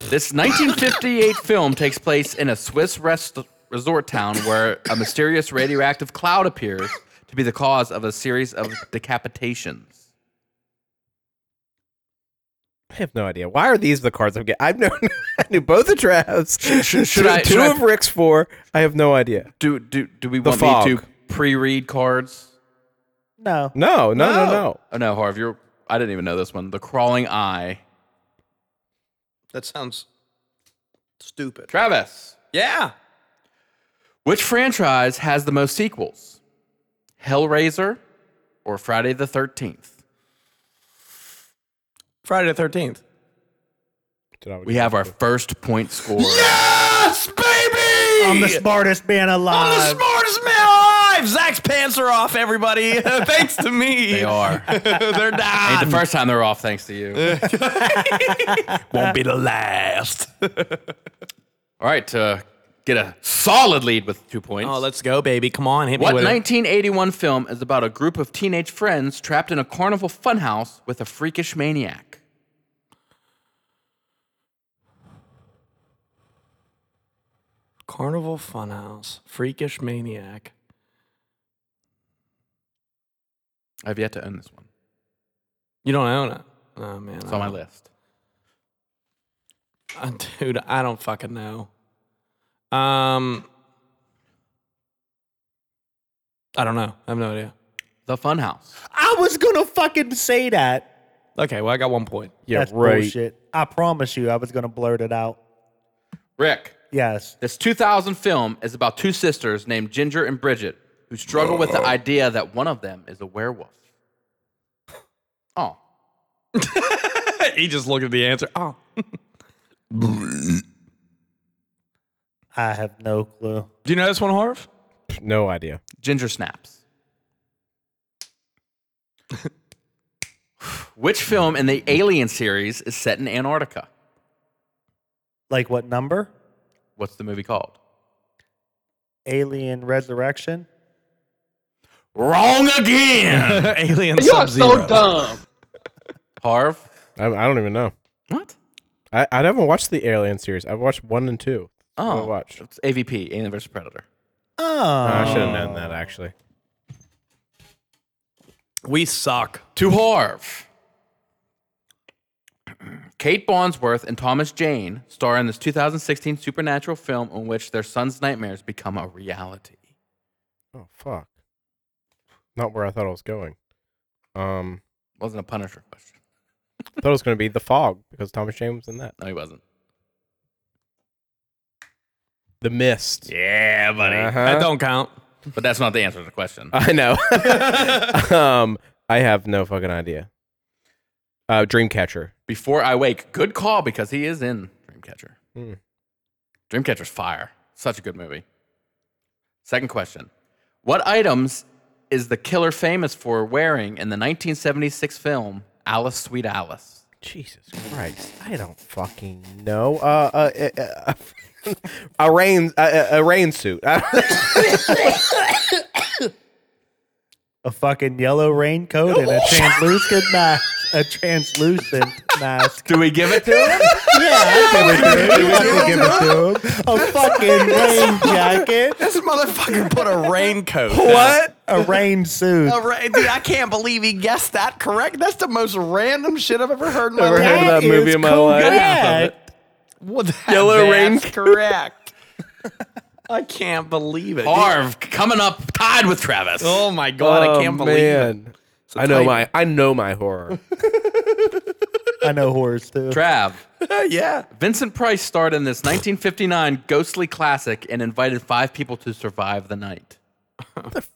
This 1958 film takes place in a Swiss rest- resort town where a mysterious radioactive cloud appears to be the cause of a series of decapitations.
I have no idea. Why are these the cards I'm getting? I've known. I knew both the drafts.
should- should
two,
I-
two
should I-
of Rick's four. I have no idea.
Do do do we
The
want me
fog.
to pre-read cards?
no.
No. No. No. No.
Oh no, Harv, you're I didn't even know this one. The crawling eye.
That sounds stupid.
Travis.
Yeah.
Which franchise has the most sequels? Hellraiser or Friday the 13th?
Friday the 13th.
Did I-
We have our first point score.
Yes, baby!
I'm the smartest man
I'm the
alive.
smartest man alive. Zach's pants are off, everybody. Thanks to me.
They are.
They're
Ain't the
not.
first time they're off, thanks to you. All
Won't be the last.
right, to get a solid lead with two points.
oh, let's go, baby. Come on, hit
what
me with it.
1981 film is about a group of teenage friends trapped in a carnival funhouse with a freakish maniac?
Carnival Funhouse, Freakish Maniac.
I've yet to own this one.
You don't own it. Oh man,
It's on my list.
Uh, dude, I don't fucking know. Um, I don't know. I have no idea.
The Funhouse.
I was going to fucking say that.
Okay, well, I got one point.
Yeah.
That's
right.
bullshit. I promise you, I was going to blurt it out.
Rick,
Yes.
this 2000 film is about two sisters named Ginger and Bridget who struggle with the idea that one of them is a werewolf. Oh,
he just looked at the answer. Oh,
I have no clue.
do you know this one, Harv?
No idea.
Ginger snaps. Which film in the Alien series is set in Antarctica?
Like what number?
What's the movie called?
Alien Resurrection?
Wrong again.
Alien Sub Zero.
Harv?
I, I don't even know.
What?
I, I haven't watched the Alien series. I've watched one and two. That's what
Oh,
I watched.
It's AVP, Alien vs. Predator.
Oh.
I should have known that actually.
We suck.
To Harv. Kate Bonsworth and Thomas Jane star in this 2016 supernatural film in which their son's nightmares become a reality.
Oh fuck. Not where I thought I was going. Um,
Wasn't a Punisher question.
I thought it was going to be the fog because Thomas Jane was in that.
No, he wasn't.
The mist.
Yeah, buddy.
Uh-huh.
That don't count.
But that's not the answer to the question.
I know. um, I have no fucking idea. Uh, Dreamcatcher.
Before I wake. Good call because he is in Dreamcatcher. Dreamcatcher's fire. Such a good movie. Second question. What items is the killer famous for wearing in the 1976 film Alice Sweet Alice?
Jesus Christ, I don't fucking know. Uh, uh, uh, uh a rain, uh, a rain suit.
A fucking yellow raincoat and a translucent mask. A translucent mask.
Do we give it to him?
Yeah, I give it to him. I give it to him. A fucking rain jacket.
This motherfucker put a raincoat.
What? A rain suit.
A ra- Dude, I can't believe he guessed that correct. That's the most random shit I've ever heard in my
Never
life.
heard of that movie in my life.
Correct.
Well, that-
Yellow
that's correct. I can't believe it.
Arv coming up tied with Travis.
Oh my god, I can't believe it.
I know my, I know my horror.
I know horrors too.
Trav.
yeah.
Vincent Price starred in this 1959 ghostly classic and invited five people to survive the night.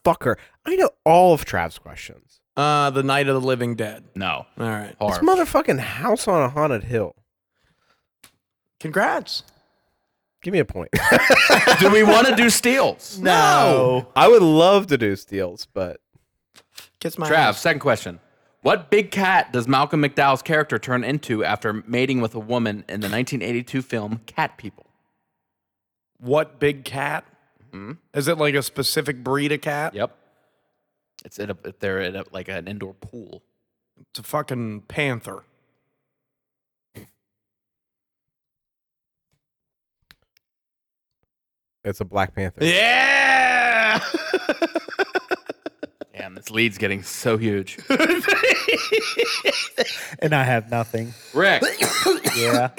Fucker, I know all of Trav's questions.
Uh, the Night of the Living Dead.
No.
All right.
Arv.
This motherfucking house on a haunted hill.
Congrats.
Give me a point.
do we want to do steals?
No.
I would love to do steals, but
Kiss my
Trav,
ass.
second question. What big cat does Malcolm McDowell's character turn into after mating with a woman in the 1982 film Cat People?
What big cat? Is it like a specific breed of cat?
Yep. It's at a, they're at a, like an indoor pool.
It's a fucking panther.
it's a Black Panther.
Yeah.
Damn, this lead's getting so huge.
And I have nothing.
Rick,
Yeah.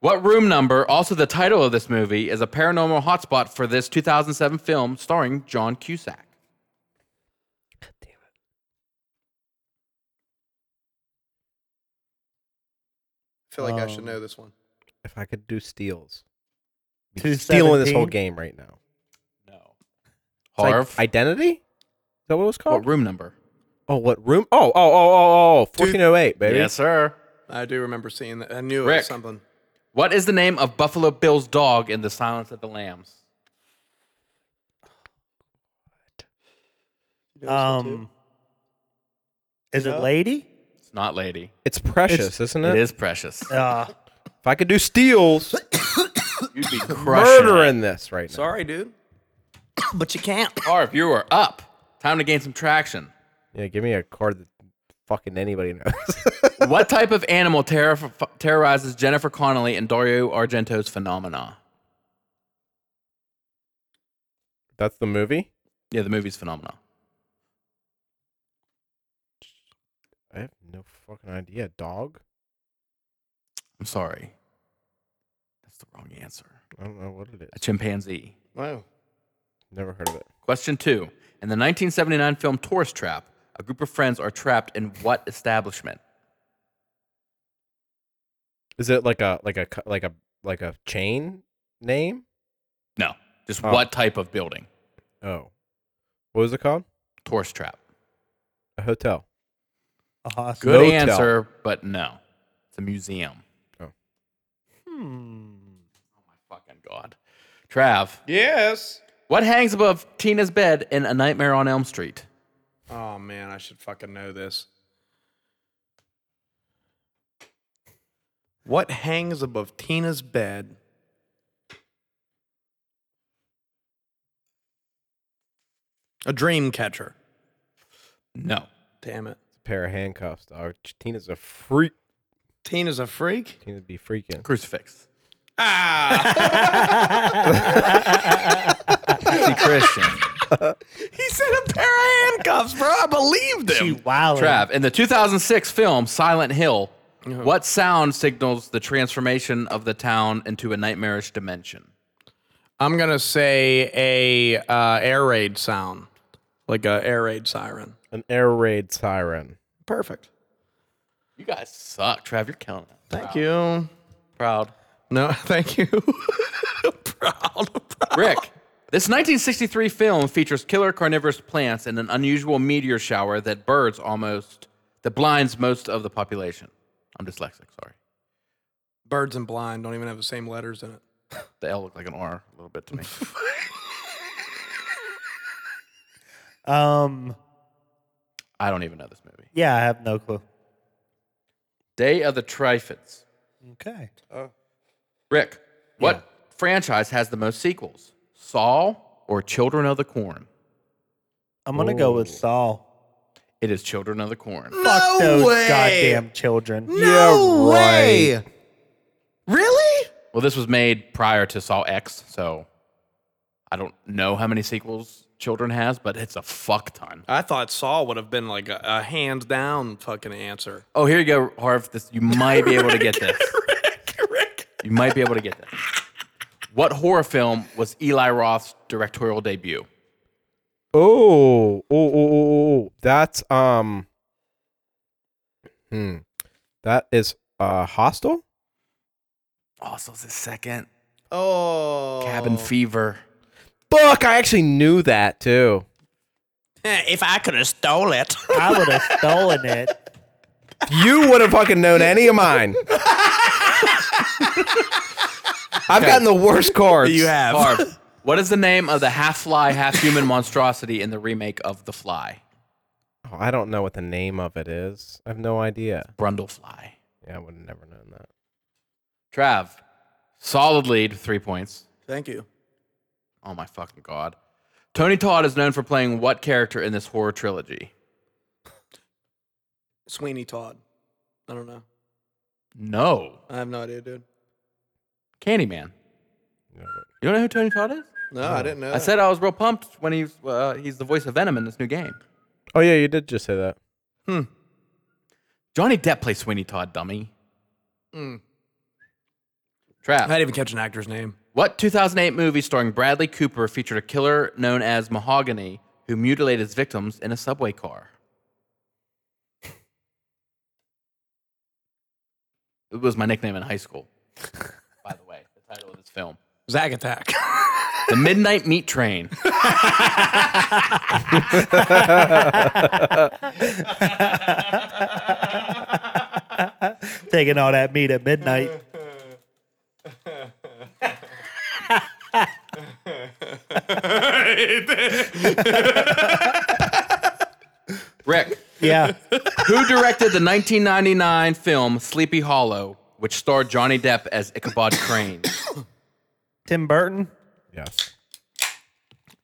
what room number, also the title of this movie, is a paranormal hotspot for this 2007 film starring John Cusack?
I feel like I should know this one.
If I could do steals, I'd be
Two
stealing this whole
seventeen?
game right now.
No.
It's like
Harv,
identity. Is that what it was called?
what room number?
Oh, what room? Oh, oh, oh, oh, oh, fourteen oh eight, baby.
Yes, sir.
I do remember seeing that. I knew it
Rick.
was something.
What is the name of Buffalo Bill's dog in The Silence of the Lambs?
Um. Is it lady?
It's not Lady.
It's precious, isn't it?
It is precious.
Uh,
If I could do steals,
You'd be crushing it.
murdering this right now.
Sorry, dude. but you can't.
Harv, you are up. Time to gain some traction.
Yeah, give me a card that fucking anybody knows.
What type of animal terror- terrorizes Jennifer Connelly and Dario Argento's Phenomena?
That's the movie.
Yeah, the movie's Phenomena.
I have no fucking idea. Dog.
I'm sorry. That's the wrong answer.
I don't know what it is.
A chimpanzee.
Wow.
Never heard of it.
Question two. In the 1979 film Tourist Trap, a group of friends are trapped in what establishment?
Is it like a like a co- like a like a chain name?
No. Just
Oh.
what type of building?
Oh, what was it called?
Tourist Trap.
A hotel.
a hostel.
Good
Motel.
answer, but no. It's a museum.
Oh.
Oh my fucking god. Trav,
Yes.
what hangs above Tina's bed in A Nightmare on Elm Street?
Oh man, I should fucking know this. What hangs above Tina's bed? A dream catcher.
No.
Damn it.
It's a pair of handcuffs. Dog. Tina's a freak.
Tina's a freak?
Tina'd be freaking.
Crucifix.
He said a pair of handcuffs, bro. I believed
She
him.
Oh.
wowed.
Trav, in the 2006 film Silent Hill, what sound signals the transformation of the town into a nightmarish dimension?
I'm gonna say a uh, air raid sound, like a air raid siren.
An air raid siren.
Perfect.
You guys suck, Trav. You're killing it.
Thank you.
Proud.
No, thank you. proud.
Rick, this 1963 film features killer carnivorous plants and an unusual meteor shower that birds almost that blinds most of the population. I'm dyslexic, sorry.
Birds and blind don't even have the same letters in it.
The L looked like an R a little bit to me.
Um,
I don't even know this movie.
yeah, I have no clue.
Day of the Triffids.
Okay.
Rick, what franchise has the most sequels? Saw or Children of the Corn?
I'm going to go with Saul.
It is Children of the Corn.
Fuck those goddamn children.
No way. Really?
Well, this was made prior to Saw X, so I don't know how many sequels Children has, but it's a fuck ton.
I thought Saul would have been like a, a hands down fucking answer.
Oh, here you go, Harv. This you might be able to get this. You might be able to get this. What horror film was Eli Roth's directorial debut?
Oh, oh, oh, oh, oh, oh. That's um. Hmm. That is uh hostile.
Also, it's his second
Oh.
Cabin Fever.
Book. I actually knew that too.
If I could have stole it.
I would have stolen it.
You would have fucking known any of mine. I've gotten the worst cards.
You have.
Harv, what is the name of the half fly, half human monstrosity in the remake of The Fly?
Oh, I don't know what the name of it is. I have no idea.
Brundlefly.
Yeah, I would have never known that.
Trav, solid lead, three points.
Thank you.
Oh my fucking god. Tony Todd is known for playing what character in this horror trilogy?
Sweeney Todd. I don't know.
No.
I have no idea, dude.
Candyman. You don't know who Tony Todd is?
No, I didn't know.
Oh. I said I was real pumped when he's uh, he's the voice of Venom in this new game.
Oh yeah, you did just say that.
Johnny Depp plays Sweeney Todd, dummy.
Mm. I
Trav.
didn't even catch an actor's name.
What 2008 movie starring Bradley Cooper featured a killer known as Mahogany who mutilated his victims in a subway car? it was my nickname in high school. By the way, the title of this film.
Zack Attack.
The Midnight Meat Train.
Taking all that meat at midnight.
Rick,
Yeah.
who directed the 1999 film Sleepy Hollow, which starred Johnny Depp as Ichabod Crane?
Tim Burton.
Yes.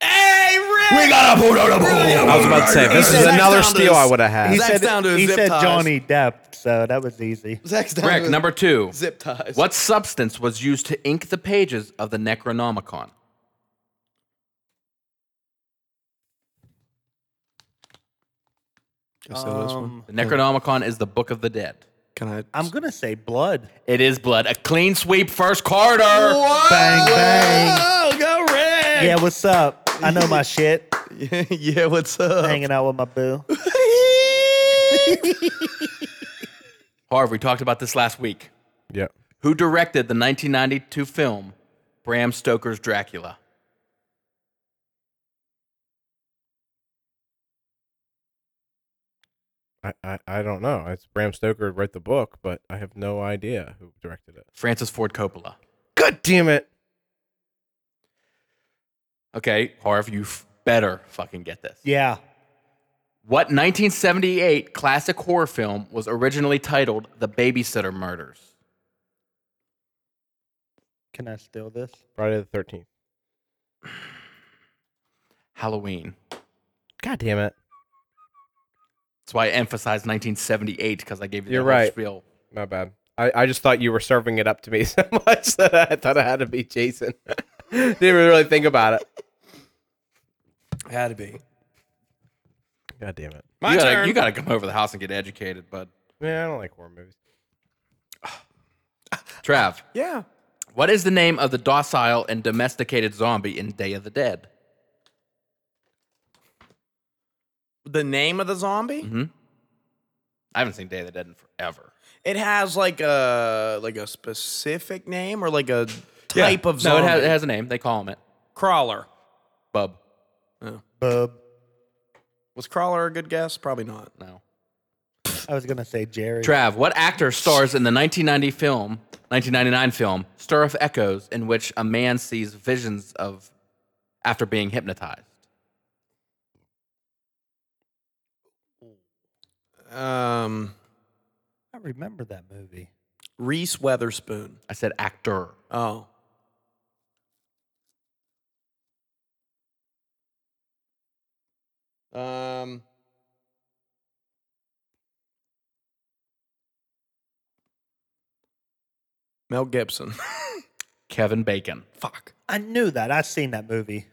Hey, Rick! We got a I was about to say this is another steal I would have had.
He
Zach's
said,
down to his
he
zip
said
ties.
Johnny Depp, so that was easy.
Zack's down
Rick,
to
number two.
zip ties.
What substance was used to ink the pages of the Necronomicon?
Um, Um,
The Necronomicon is the Book of the Dead.
Can I?
I'm going to say blood.
It is blood. A clean sweep, first Carter.
Bang, bang.
Oh, go Rick!
Yeah, what's up? I know my shit.
Yeah, yeah what's up?
Hanging out with my boo.
Harv, we talked about this last week.
Yeah.
Who directed the 1992 film Bram Stoker's Dracula?
I, I, I don't know. It's Bram Stoker wrote the book, but I have no idea who directed it.
Francis Ford Coppola.
God damn it.
Okay, Harv, you f- better fucking get this.
Yeah.
What 1978 classic horror film was originally titled The Babysitter Murders?
Can I steal this?
Friday the thirteenth.
Halloween.
God damn it.
That's why I emphasized 1978 because I gave you the
You're
whole
right.
spiel.
My bad. I, I just thought you were serving it up to me so much that I thought I had to be Jason. Didn't even really think about it.
Had to be.
God damn it.
My
you, gotta,
turn.
you gotta come over to the house and get educated, bud.
Yeah, I don't like horror movies.
Trav,
yeah.
what is the name of the docile and domesticated zombie in Day of the Dead?
The name of the zombie?
Mm-hmm. I haven't seen Day of the Dead in forever.
It has like a like a specific name or like a type of
No,
zombie.
it has, it has a name. They call him it.
crawler.
Bub.
Bub.
Was crawler a good guess? Probably not.
No. Trav.
I was gonna say Jerry.
Trav, what actor stars in the 1990 film, 1999 film Stir of Echoes, in which a man sees visions of after being hypnotized?
Um,
I remember that movie.
Reese Weatherspoon.
I said actor.
Oh, um, Mel Gibson.
Kevin Bacon. Fuck.
I knew that. I've seen that movie.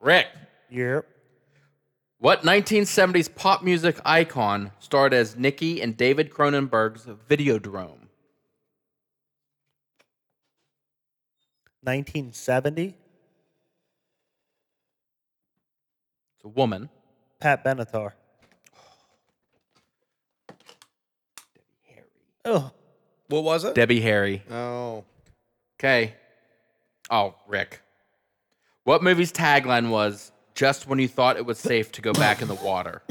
Rick.
Yep.
What 1970s pop music icon starred as Nikki in David Cronenberg's Videodrome?
1970.
It's a woman.
Pat Benatar. Oh,
What was it?
Debbie Harry.
oh,
Okay. Oh, Rick. What movie's tagline was just when you thought it was safe to go back in the water?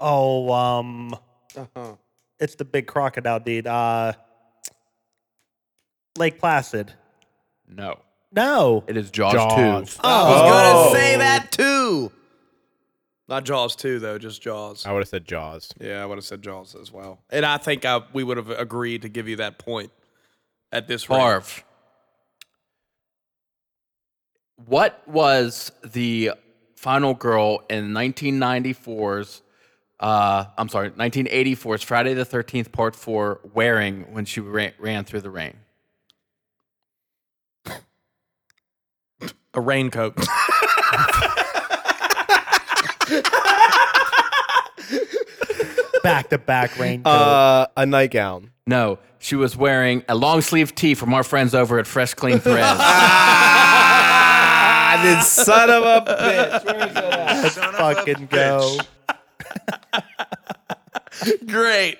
oh, um, it's the big crocodile deed. Uh, Lake Placid.
No.
No,
It is Jaws, Jaws. 2.
I was gonna say that too. Not Jaws two though, just Jaws.
I would have said Jaws.
Oh. Yeah, I would have said Jaws as well. And I think I, we would have agreed to give you that point at this rate.
Harv. What was the final girl in 1994's, uh, I'm sorry, 1984's Friday the 13th Part 4 wearing when she ran, ran through the rain?
A raincoat.
back to back raincoat.
Uh, a nightgown.
No, she was wearing a long sleeve tee from our friends over at Fresh Clean Threads.
Ah, this son of a bitch.
Let's fucking go.
Great.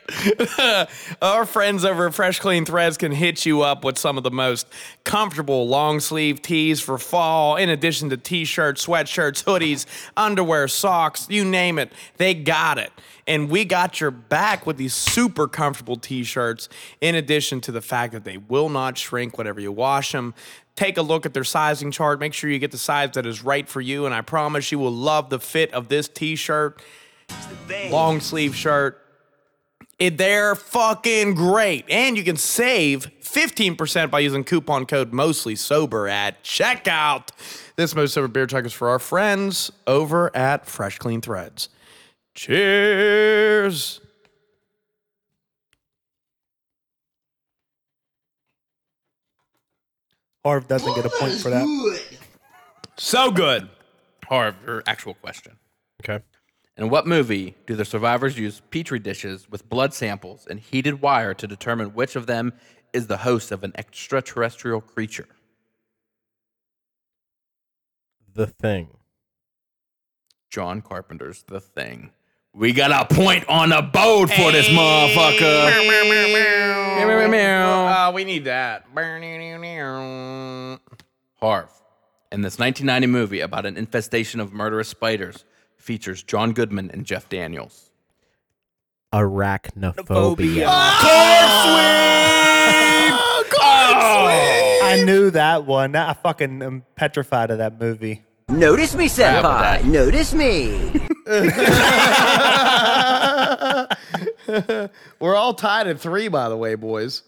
Our friends over at Fresh Clean Threads can hit you up with some of the most comfortable long sleeve tees for fall, in addition to t shirts, sweatshirts, hoodies, underwear, socks you name it. They got it. And we got your back with these super comfortable t shirts, in addition to the fact that they will not shrink whenever you wash them. Take a look at their sizing chart. Make sure you get the size that is right for you. And I promise you will love the fit of this t shirt, long sleeve shirt. It, they're fucking great. And you can save 15% by using coupon code mostly sober at checkout. This most sober beer check is for our friends over at Fresh Clean Threads. Cheers.
Harv doesn't get a point for that.
Good.
So good.
Harv, your actual question.
Okay.
In what movie do the survivors use petri dishes with blood samples and heated wire to determine which of them is the host of an extraterrestrial creature?
The thing.
John Carpenter's The Thing. We got a point on the board for this motherfucker. Meow, meow, meow.
Uh, we need that.
Harv. In this 1990 movie about an infestation of murderous spiders, features John Goodman and Jeff Daniels.
Arachnophobia.
Oh!
I knew that one. I fucking am petrified of that movie.
Notice me, Senpai. Notice me.
We're all tied at three, by the way, boys.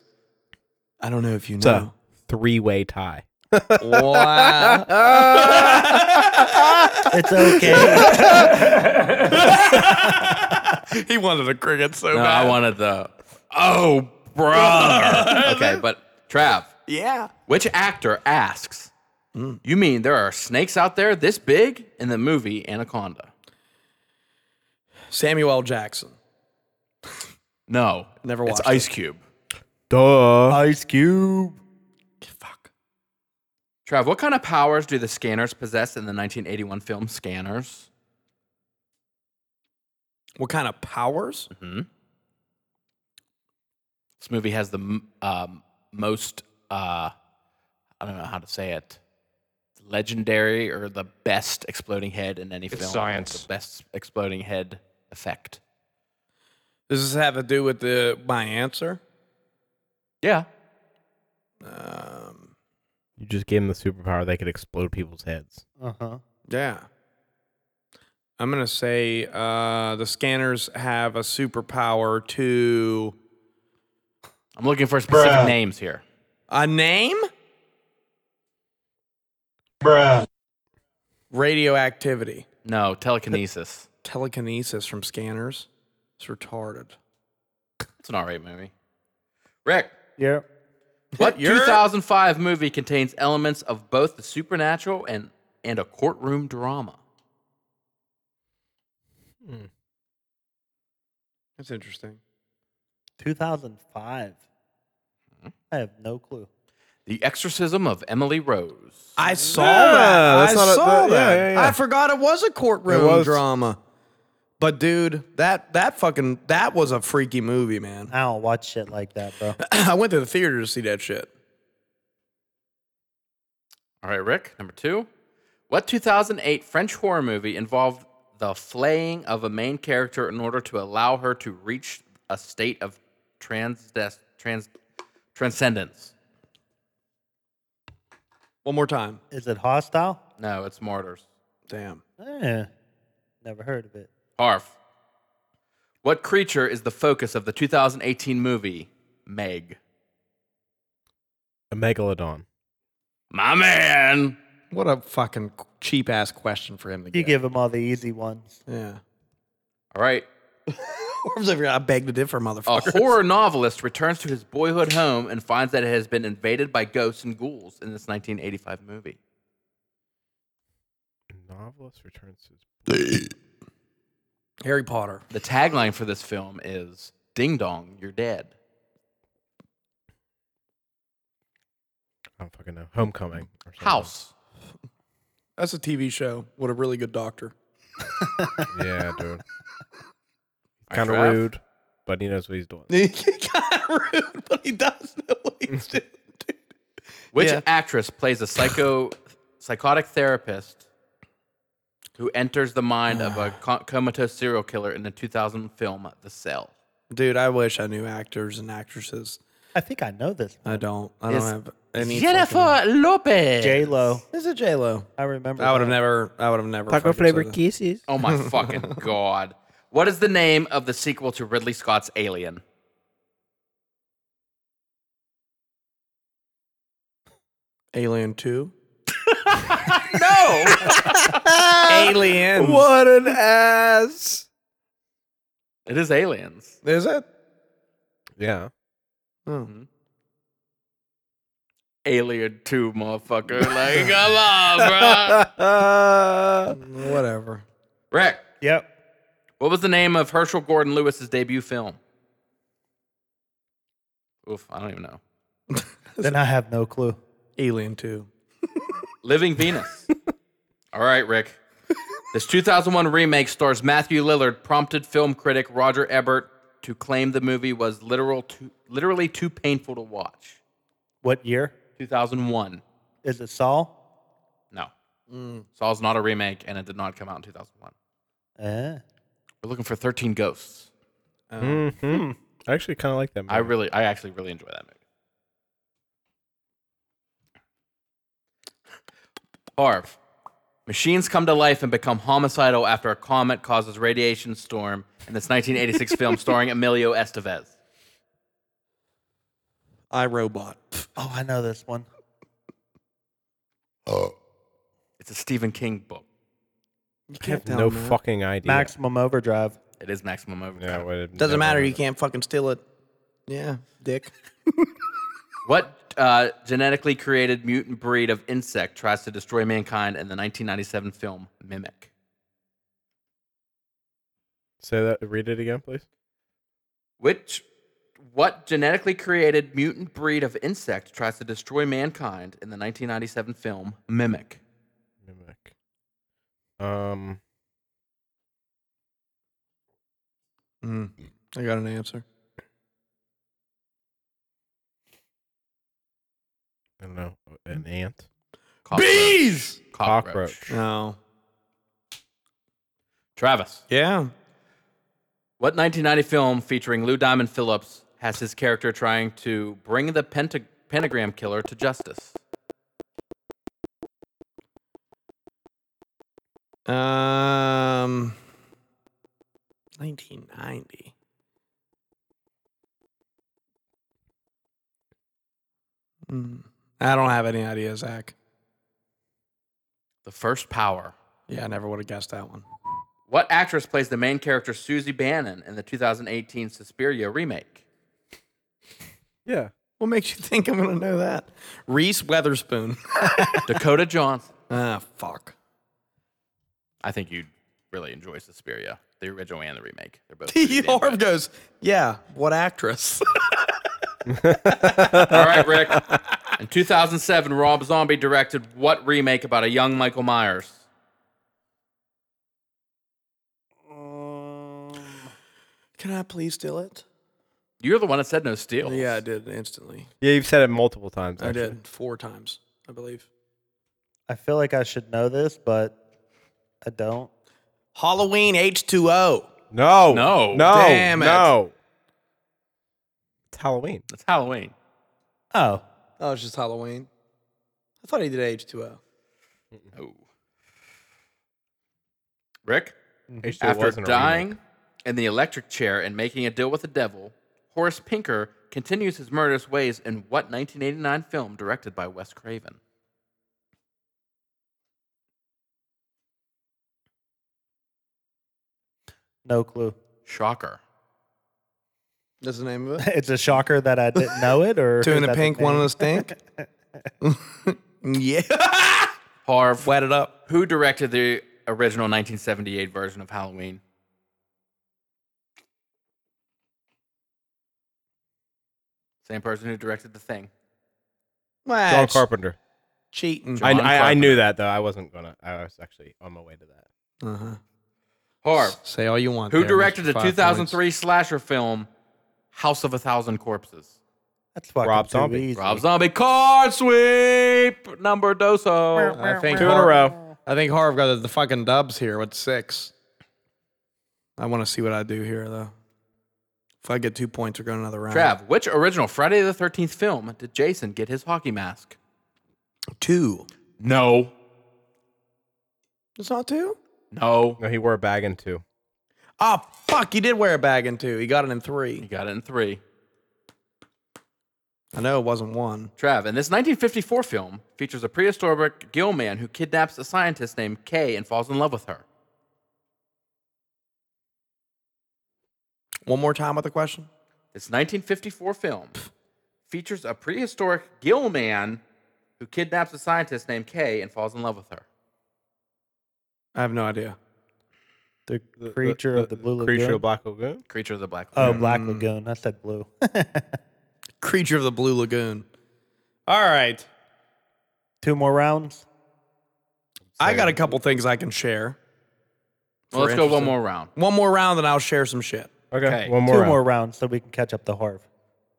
I don't know if you
It's a three-way tie.
Wow.
It's okay.
he wanted a cricket so
No,
bad.
I wanted the. Oh, brother. okay, but Trav,
yeah.
which actor asks, You mean there are snakes out there this big? In the movie Anaconda.
Samuel L. Jackson.
No.
Never
It's
watched
Ice Cube.
Duh.
Ice Cube.
Fuck.
Trav, what kind of powers do the scanners possess in the 1981 film Scanners?
What kind of powers?
This movie has the m- um, most, uh, I don't know how to say it, legendary or the best exploding head in any film. It's science. The best exploding head effect.
Does this have to do with the my answer?
Yeah.
Um,
You just gave them the superpower they could explode people's heads.
Uh huh.
yeah. I'm gonna say uh, the scanners have a superpower to
I'm looking for specific
Bruh.
names here.
a name
Bruh.
radioactivity
No, telekinesis.
telekinesis from scanners. It's retarded.
It's an alright movie. Rick,
Yeah.
what
You're-
2005 movie contains elements of both the supernatural and and a courtroom drama?
That's interesting.
2005.
Hmm?
I have no clue.
The Exorcism of Emily Rose.
I saw
Yeah,
that.
that's
I
not a-
saw
that- yeah,
that.
yeah, yeah.
I forgot it was a courtroom
It was.
drama. But dude, that that fucking that was a freaky movie, man.
I don't watch shit like that, bro.
I went to the theater to see that shit.
All right, Rick, number two. What 2008 French horror movie involved the flaying of a main character in order to allow her to reach a state of transdes- trans- transcendence?
One more time.
Is it hostile?
No, it's Martyrs.
Damn.
Eh, never heard of it.
Harf. What creature is the focus of the 2018 movie Meg?
A megalodon.
My man.
What a fucking cheap ass question for him to
You
get.
give them all the easy ones.
yeah.
All right.
Arms over here, I beg to differ,
A
motherfucker.
horror novelist returns to his boyhood home and finds that it has been invaded by ghosts and ghouls in this 1985 movie.
Novelist returns to his
Harry Potter.
The tagline for this film is Ding Dong, You're Dead.
I don't fucking know. Homecoming. Or something.
House.
That's a TV show with a really good doctor.
Yeah, dude.
All right,
kind of
Trav.
rude, but he knows what he's doing.
he kind of rude, but he does know what he's doing. dude.
Which
Yeah.
actress plays a psycho psychotic therapist who enters the mind of a co- comatose serial killer in the 2000 film The Cell?
Dude, I wish I knew actors and actresses.
I think I know this.
I don't. I don't
Is
have any.
Jennifer Lopez.
J Lo.
Is it J Lo?
I remember.
I would
that.
have never. I would have never. Taco flavor key.
Oh my fucking god! What is the name of the sequel to Ridley Scott's Alien?
Alien Two.
No.
Aliens.
What an ass!
it is Aliens.
is it?
Yeah.
Alien Two, motherfucker. Like come on,
Uh, Whatever.
bro. Rick,
Yep.
what was the name of Herschel Gordon Lewis's debut film? Oof, I don't even know.
Then I have no clue.
Alien Two.
Living Venus. All right, Rick. This 2001 remake stars Matthew Lillard, prompted film critic Roger Ebert to claim the movie was literal too, literally too painful to watch.
What year
2001.
is it? Saul.
No. Saul's not a remake, and it did not come out in 2001.
Eh.
We're looking for 13 Ghosts.
I actually kind of like that. Movie.
I really, I actually really enjoy that movie. Harv, machines come to life and become homicidal after a comet causes radiation storm in this 1986 film starring Emilio Estevez.
I Robot. Pff,
Oh, I know this one.
It's a Stephen King book.
You
I have
can't tell
no
me that.
fucking idea.
Maximum Overdrive.
It is Maximum Overdrive.
Yeah, what it-
Doesn't
no,
matter.
no,
You
no.
can't fucking steal it. Yeah, dick.
What uh, genetically created mutant breed of insect tries to destroy mankind in the 1997 film Mimic?
Say that. Read it again, please.
Which, what genetically created mutant breed of insect tries to destroy mankind in the 1997 film Mimic?
Mimic. Um.
Mm. I got an answer.
I don't know. Oh, An ant.
Cockroach.
Bees!
Cockroach.
Cockroach.
No.
Travis,
Yeah.
What 1990 film featuring Lou Diamond Phillips has his character trying to bring the pentag- pentagram killer to justice?
Um, 1990. Hmm. I don't have any idea, Zach.
The First Power.
Yeah, I never would have guessed that one.
What actress plays the main character Susie Bannon in the 2018 Suspiria remake?
Yeah.
What makes you think I'm going to know that? Reese Weatherspoon.
Dakota Johnson.
ah, fuck.
I think you'd really enjoy Suspiria, the original and the remake. They're both. pretty damn
Harv
good.
goes, yeah, what actress?
All right, Rick. In 2007, Rob Zombie directed what remake about a young Michael Myers?
Can I please steal it?
You're the one that said no steal.
Yeah, I did instantly.
Yeah, you've said it multiple times.
I
actually.
did four times, I believe.
I feel like I should know this, but I don't.
Halloween H2O.
No.
No.
No.
Damn it.
No. It's Halloween.
It's Halloween.
Oh,
Oh, it's just Halloween. I thought he did H2O.
Oh. Rick,
Mhm.
H2O
after
wasn't a
dying in the electric chair and making a deal with the devil, Horace Pinker continues his murderous ways in what 1989 film directed by Wes Craven?
no clue.
Shocker.
That's the name of it.
It's a shocker that I didn't know it, or
Two
is
in a
that the
pink, one in
name?
a stink. yeah.
Harv,
Wet it up.
who directed the original 1978 version of Halloween? Same person who directed The Thing.
Well,
John
it's
Carpenter.
cheating.
I,
John
I, I
Carpenter.
knew that though. I wasn't gonna. I was actually on my way to that.
Uh-huh.
Harv,
Say all you want.
who
there,
directed
Mr.
the
Five
2003 slasher film House of a Thousand Corpses?
That's fucking
Rob
too
Zombie.
easy.
Rob Zombie card sweep number doso.
Points. I think
Two in a
Harv-
row.
I think Harv got the fucking dubs here with six. I want to see what I do here though. If I get two points, we're going another round.
Trav, which original Friday the 13th film did Jason get his hockey mask?
two.
No.
It's not two.
No.
No, he wore a bag in two.
Oh fuck! He did wear a bag in two. He got it in
You
three.
got it in three.
I know it wasn't one.
Trav, in this 1954 film, features a prehistoric gill man who kidnaps a scientist named Kay and falls in love with her.
One more time with the question.
This 1954 film features a prehistoric gill man who kidnaps a scientist named Kay and falls in love with her.
I have no idea.
the creature of the blue lagoon.
Creature of Black Lagoon.
Creature of the Black
oh, black lagoon. I said blue.
Creature of the Blue Lagoon. All right.
Two more rounds.
I got a couple things I can share.
Well, let's go one more round.
One more round, and I'll share some shit.
Okay.
Okay.
One more.
Two
round.
more rounds so we can catch up to Harv.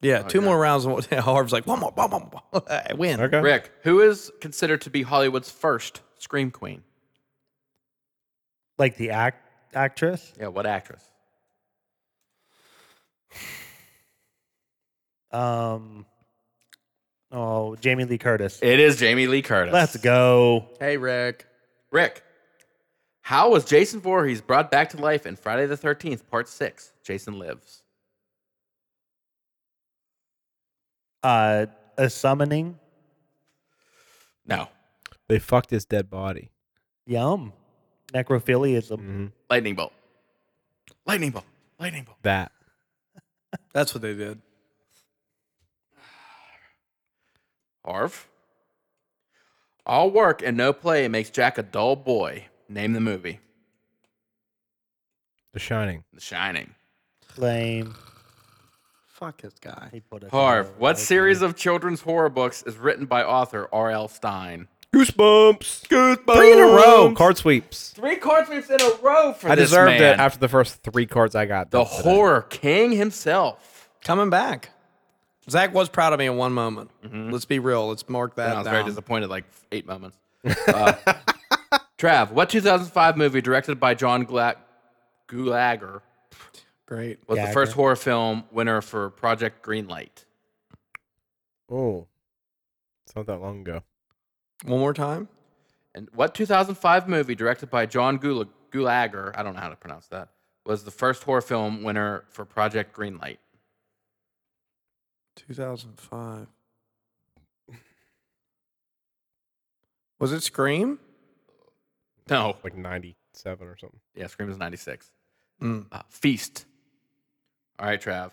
Yeah, two more rounds. and we'll- Harv's like, one more, one more, one more. I win.
Okay.
Rick, who is considered to be Hollywood's first scream queen?
Like the act actress.
Yeah, what actress?
Um. Oh, Jamie Lee Curtis.
It is Jamie Lee Curtis.
Let's go.
Hey, Rick.
Rick, how was Jason Voorhees brought back to life in Friday the 13th, Part 6, Jason Lives?
Uh, a summoning.
No.
They fucked his dead body.
Yum. Necrophilism.
Lightning bolt. Lightning bolt. Lightning bolt.
That.
That's what they did.
Harv? All work and no play makes Jack a dull boy. Name the movie.
The Shining.
The Shining.
Lame.
Fuck this guy.
He put it
Harv,
Oh,
down.
what series of children's horror books is written by author R.L. Stein?
Goosebumps. Goosebumps. Three in a row. Card sweeps.
Three card sweeps in a row for
I
this
deserved
man.
it after the first three cards I got.
the
today.
horror king himself.
Coming back. Zach was proud of me in one moment. Let's be real. Let's mark that
I was
down.
um,
very disappointed, like eight moments. Uh, Trav, what 2005 movie directed by John Gla- Gulager
Great.
Was
Yeah,
the
I
first
agree.
horror film winner for Project Greenlight.
Oh, it's not that long ago.
One more time.
And what 2005 movie directed by John Gula- Gulager, I don't know how to pronounce that, was the first horror film winner for Project Greenlight?
2005. Was it Scream?
No.
Like 97 or something.
Yeah, Scream is 96.
Mm.
Uh, Feast. All right, Trav.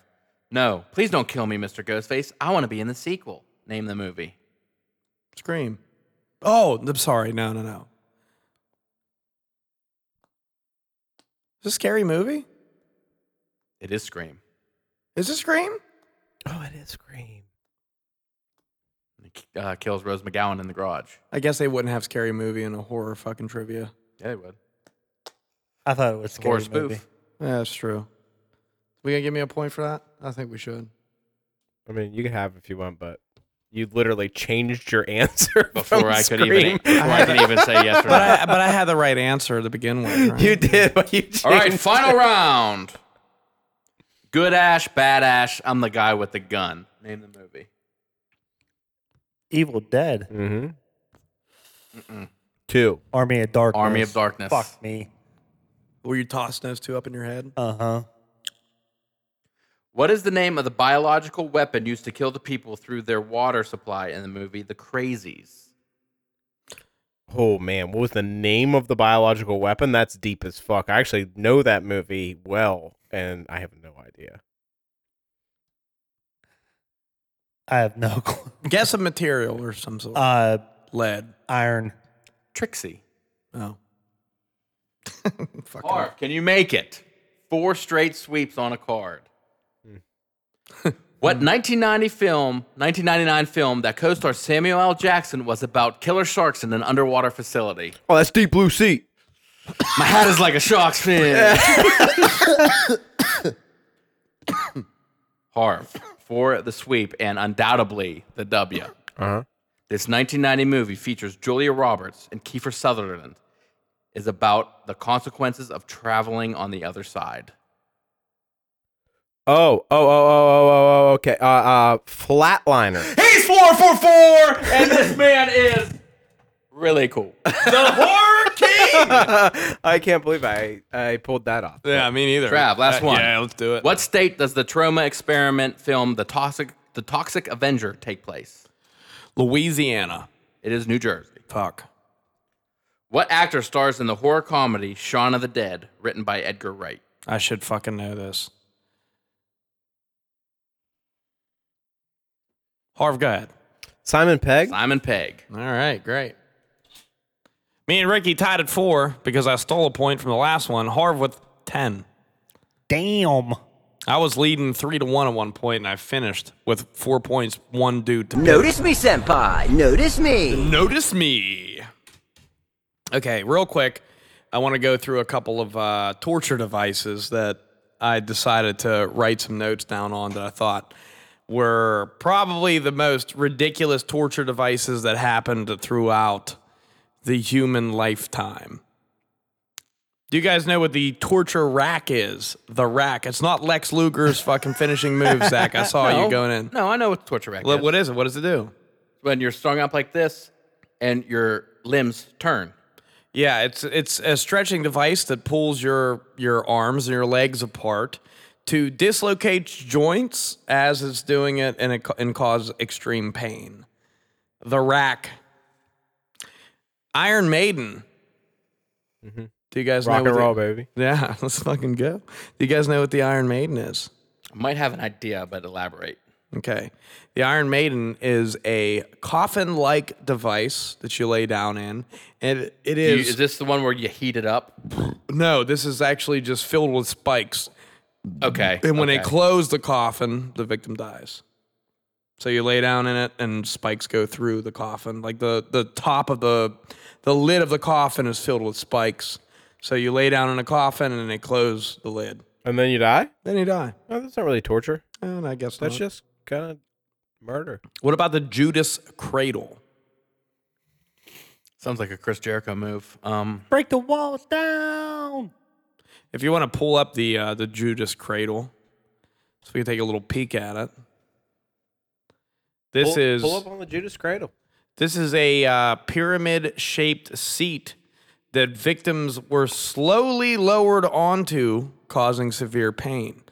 No, please don't kill me, Mr. Ghostface. I want to be in the sequel. Name the movie.
Scream. Oh, I'm sorry. No, no, no. Is this a scary movie?
It is Scream.
Is it Scream?
Oh, it is Scream.
And He uh, kills Rose McGowan in the garage.
I guess they wouldn't have scary movie in a horror fucking trivia.
Yeah, they would.
I thought it was
Horror
scary
spoof.
movie.
Yeah, that's true. We gonna give me a point for that? I think we should.
I mean, you can have if you want, but you literally changed your answer
Before
from
I could
Scream.
even before I could even say yes or
But
no.
I, but I had the right answer to begin with. Right?
You did, but you changed.
All right, final round. Good Ash, Bad Ash. I'm the guy with the gun. Name the movie.
Evil Dead,
Mm-hmm. Two.
Army of Darkness.
Army of Darkness.
Fuck me.
Were you tossing those two up in your head?
Uh huh.
What is the name of the biological weapon used to kill the people through their water supply in the movie The Crazies?
Oh man, what was the name of the biological weapon? That's deep as fuck. I actually know that movie well, and I have no idea.
I have no clue.
Guess a material or some sort.
Uh,
Lead.
Iron.
Trixie.
Oh. Fuck.
Mark, can you make it? Four straight sweeps on a card. Hmm. what 1990 film, 1999 film that co-star Samuel L. Jackson was about killer sharks in an underwater facility?
Oh, that's Deep Blue Sea.
My hat is like a shark's fin. Harv for the sweep and undoubtedly the W.
Uh-huh.
This 1990 movie features Julia Roberts and Kiefer Sutherland. Is about the consequences of traveling on the other side.
Oh, oh, oh, oh, oh, oh, okay. Uh, uh, Flatliner.
He's four for four, and this man is really cool. The horror king.
I can't believe I I pulled that off.
Yeah, me neither.
Trav, last
Uh,
one.
Yeah, let's do it.
What state does the trauma experiment film The Toxic The Toxic Avenger take place?
Louisiana.
It is New Jersey.
Fuck.
What actor stars in the horror comedy Shaun of the Dead, written by Edgar Wright?
I should fucking know this. Harv, go ahead.
Simon Pegg.
Simon Pegg.
All right, great. Me and Ricky tied at four because I stole a point from the last one. Harv with 10.
Damn.
I was leading three to one at one point, and I finished with four points, one dude to
Notice me, Senpai. Notice me.
Notice me. Okay, real quick, I want to go through a couple of uh, torture devices that I decided to write some notes down on that I thought were probably the most ridiculous torture devices that happened throughout the human lifetime. Do you guys know what the torture rack is? The rack. It's not Lex Luger's fucking finishing move, Zach. I saw you going in.
No, I know what torture rack
What-
is.
What is it? What does it do?
When you're strung up like this, and your limbs turn.
Yeah, it's it's a stretching device that pulls your your arms and your legs apart to dislocate joints as it's doing it and it, ca- and cause extreme pain. The rack. Iron Maiden. Do you guys
Mm-hmm. Rock
know?
and
what
roll,
the-
baby.
Yeah, let's fucking go. Do you guys know what the Iron Maiden is?
I might have an idea, but elaborate.
Okay. The Iron Maiden is a coffin-like device that you lay down in, and it
Do you-
is.
is this the one where you heat it up?
No, this is actually just filled with spikes.
Okay.
And when they
okay.
close the coffin, the victim dies. So you lay down in it and spikes go through the coffin. Like the, the top of the the lid of the coffin is filled with spikes. So you lay down in a coffin and they close the lid.
And then you die.
Then you die.
Oh, that's not really torture.
And I guess
Uh,
that's
That's just kind of murder.
What about the Judas cradle?
sounds like a Chris Jericho move. Um,
Break the walls down.
If you want to pull up the uh, the Judas Cradle, so we can take a little peek at it. This
Pull-
is
pull up on the Judas Cradle.
this is a uh, pyramid shaped seat that victims were slowly lowered onto, causing severe pain.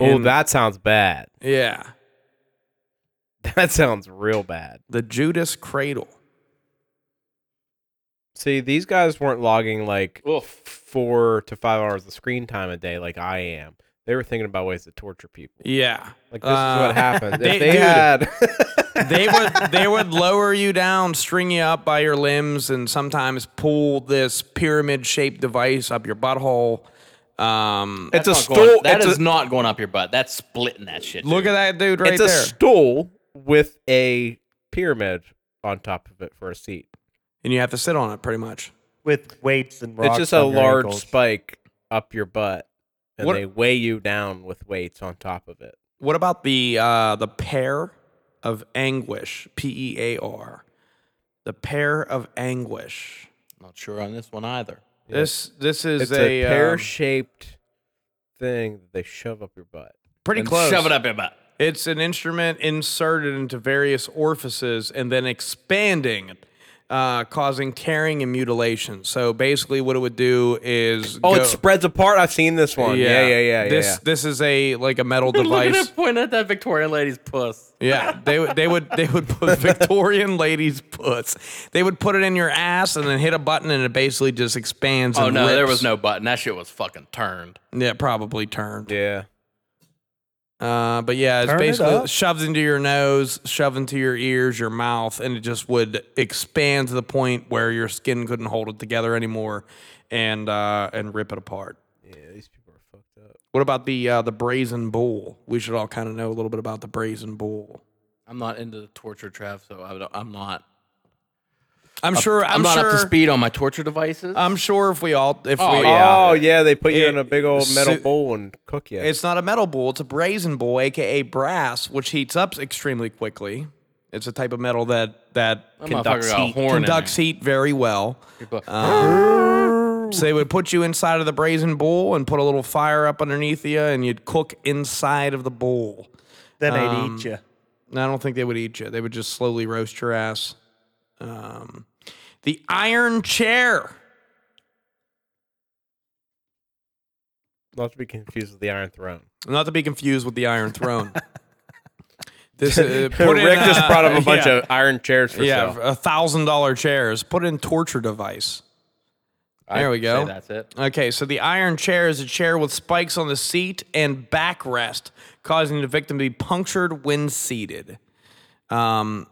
Oh,
And-
that sounds bad.
Yeah,
That sounds real bad.
the Judas Cradle.
See, these guys weren't logging like four to five hours of screen time a day like I am. They were thinking about ways to torture people.
Yeah,
Like this is what happened. If
they-
they,
dude.
had
they would they would lower you down, string you up by your limbs, and sometimes pull this pyramid shaped device up your butthole. Um,
it's a
That's not going-
stool.
That
it's
is
a,
not going up your butt. That's splitting that shit.
look
dude.
at that dude right
it's a
there.
stool with a pyramid on top of it for a seat.
and you have to sit on it pretty much.
with weights and rocks.
it's just a
on your
large
ankles.
spike up your butt, and
What-
they weigh you down with weights on top of it.
What about the uh, the pair of anguish? P E A R. The pair of anguish.
Not sure on this one either.
This this is
It's a,
um,
pear-shaped thing that they shove up your butt.
pretty
And
close.
Shove it up your butt.
It's an instrument inserted into various orifices and then expanding, uh, causing tearing and mutilation. So basically, what it would do is
Oh,
go-
it spreads apart. I've seen this one. Yeah, yeah, yeah, yeah.
This
yeah.
this is a like a metal
Look at
device.
it pointing at that Victorian lady's puss.
Yeah, they would they would they would put Victorian ladies' puts. They would put it in your ass and then hit a button and it basically just expands.
Oh
and
no, there
rips.
was no button. That shit was fucking turned.
Yeah, probably turned.
yeah.
Uh, but yeah, it's
Turn it
basically
up.
shoved into your nose, shoved into your ears, your mouth, and it just would expand to the point where your skin couldn't hold it together anymore, and uh, and rip it apart.
Yeah, these people are fucked up.
What about the uh, the brazen bull? We should all kind of know a little bit about the brazen bull.
I'm not into the torture, Trav. So I don't, I'm not.
I'm sure.
I'm,
I'm,
not
sure.
up to speed on my torture devices.
I'm sure if we all if
Oh,
we
yeah.
Oh yeah, they put you in a
It-
big old metal
so-
bowl and cook you.
It's not a metal bull, it's a brazen bull, aka brass, which heats up extremely quickly. It's a type of metal that that
That motherfucker
conducts
got a
heat,
horn in
conducts
there.
heat very well. So they would put you inside of the brazen bull and put a little fire up underneath you, and you'd cook inside of the bull.
Then they'd
um,
eat you.
And I don't think they would eat you; they would just slowly roast your ass. Um, the iron chair.
not to be confused with the Iron Throne.
Not to be confused with the Iron Throne. this uh, put in,
Rick just
uh,
brought up a bunch
yeah.
of iron chairs for
Yeah,
sale.
a thousand dollar chairs. Put in torture device. There we go.
Say that's it.
Okay, so the iron chair is a chair with spikes on the seat and backrest, causing the victim to be punctured when seated. Um,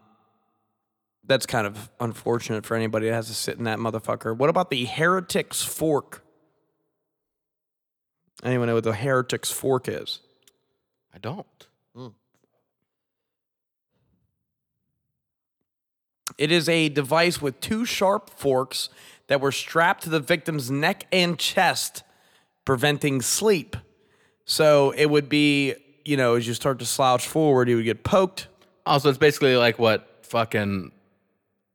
that's kind of unfortunate for anybody that has to sit in that motherfucker. What about the heretic's fork? Anyone know what the heretic's fork is?
I don't.
It is a device with two sharp forks that were strapped to the victim's neck and chest, preventing sleep. So it would be, you know, as you start to slouch forward, you would get poked.
Oh, so it's basically like what fucking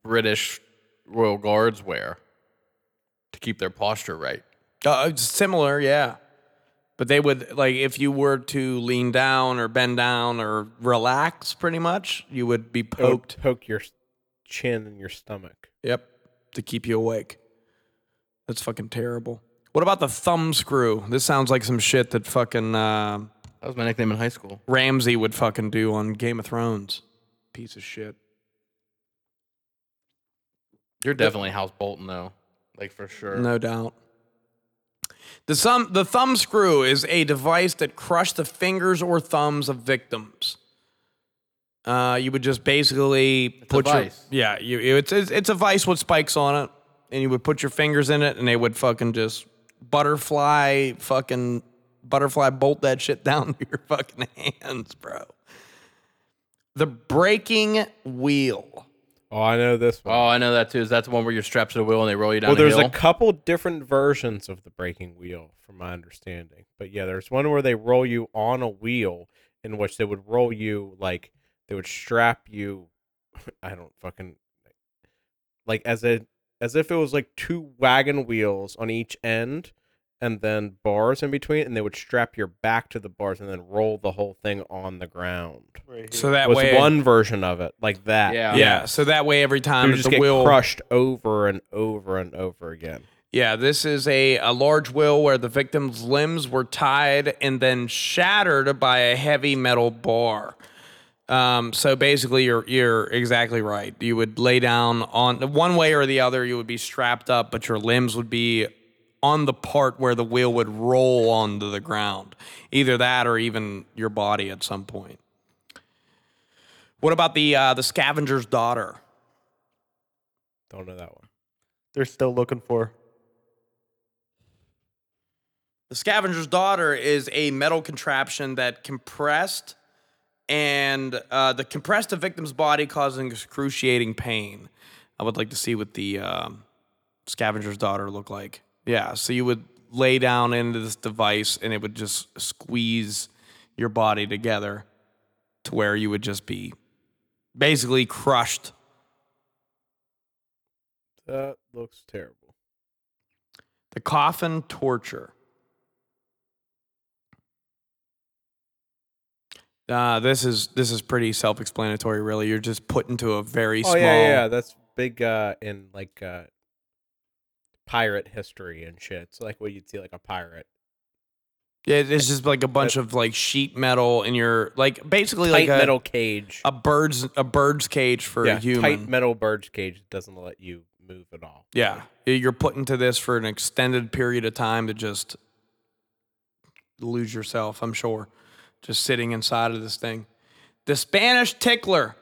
British royal guards wear to keep their posture right.
Uh, it's similar, yeah. But they would, like, if you were to lean down or bend down or relax pretty much, you would be
It would
poked.
poke your s- chin and your stomach.
Yep. To keep you awake. That's fucking terrible. What about the thumb screw? This sounds like some shit that fucking. Uh,
That was my nickname in high school.
Ramsey would fucking do on Game of Thrones. Piece of shit.
You're definitely House Bolton though, like for sure.
No doubt. The, sum, the thumb screw is a device that crushed the fingers or thumbs of victims. Uh, you would just basically put
vice.
your yeah, you it's, it's it's a vice with spikes on it, and you would put your fingers in it, and they would fucking just butterfly fucking butterfly bolt that shit down to your fucking hands, bro. The breaking wheel.
Oh, I know this one.
Oh, I know that too. Is that the one where you're strapped to the wheel and they roll you down
well,
the
there's
hill?
a couple different versions of the breaking wheel, from my understanding. But yeah, there's one where they roll you on a wheel, in which they would roll you like they would strap you. I don't fucking like as a as if it was like two wagon wheels on each end, and then bars in between, and they would strap your back to the bars and then roll the whole thing on the ground.
So that
was
way,
one version of it like that.
Yeah.
yeah. So that way, every time
you
that
just
the
get
wheel
crushed over and over and over again.
Yeah, this is a, a large will where the victim's limbs were tied and then shattered by a heavy metal bar. Um, so basically, you're you're exactly right. You would lay down on one way or the other. You would be strapped up, but your limbs would be on the part where the wheel would roll onto the ground. Either that, or even your body at some point. What about the uh, the scavenger's daughter?
Don't know that one.
They're still looking for.
The Scavenger's Daughter is a metal contraption that compressed and uh, the compressed the victim's body, causing excruciating pain. I would like to see what the um, Scavenger's Daughter looked like. Yeah, so you would lay down into this device and it would just squeeze your body together to where you would just be basically crushed.
That looks terrible.
The coffin torture. Uh, this is this is pretty self-explanatory, really. You're just put into a very
Oh
small.
yeah, yeah, yeah, that's big uh, in like uh, pirate history and shit. It's like what you'd see like a pirate.
Yeah, It's just like a bunch of like sheet metal, and you're like basically like
Tight
a,
metal cage.
a bird's a bird's cage for
yeah,
a human.
tight metal bird's cage that doesn't let you move at all.
yeah, you're put into this for an extended period of time to just lose yourself. I'm sure, just sitting inside of this thing. The Spanish tickler.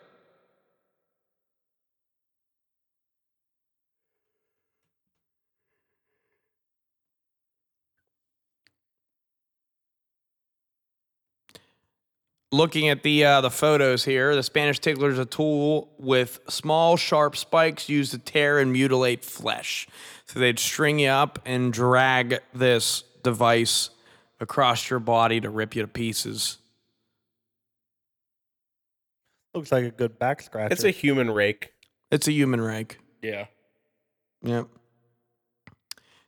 looking at the uh, the photos here, the Spanish tickler is a tool with small sharp spikes used to tear and mutilate flesh. So they'd string you up and drag this device across your body to rip you to pieces.
Looks like a good back scratcher.
It's a human rake.
It's a human rake.
Yeah.
Yep.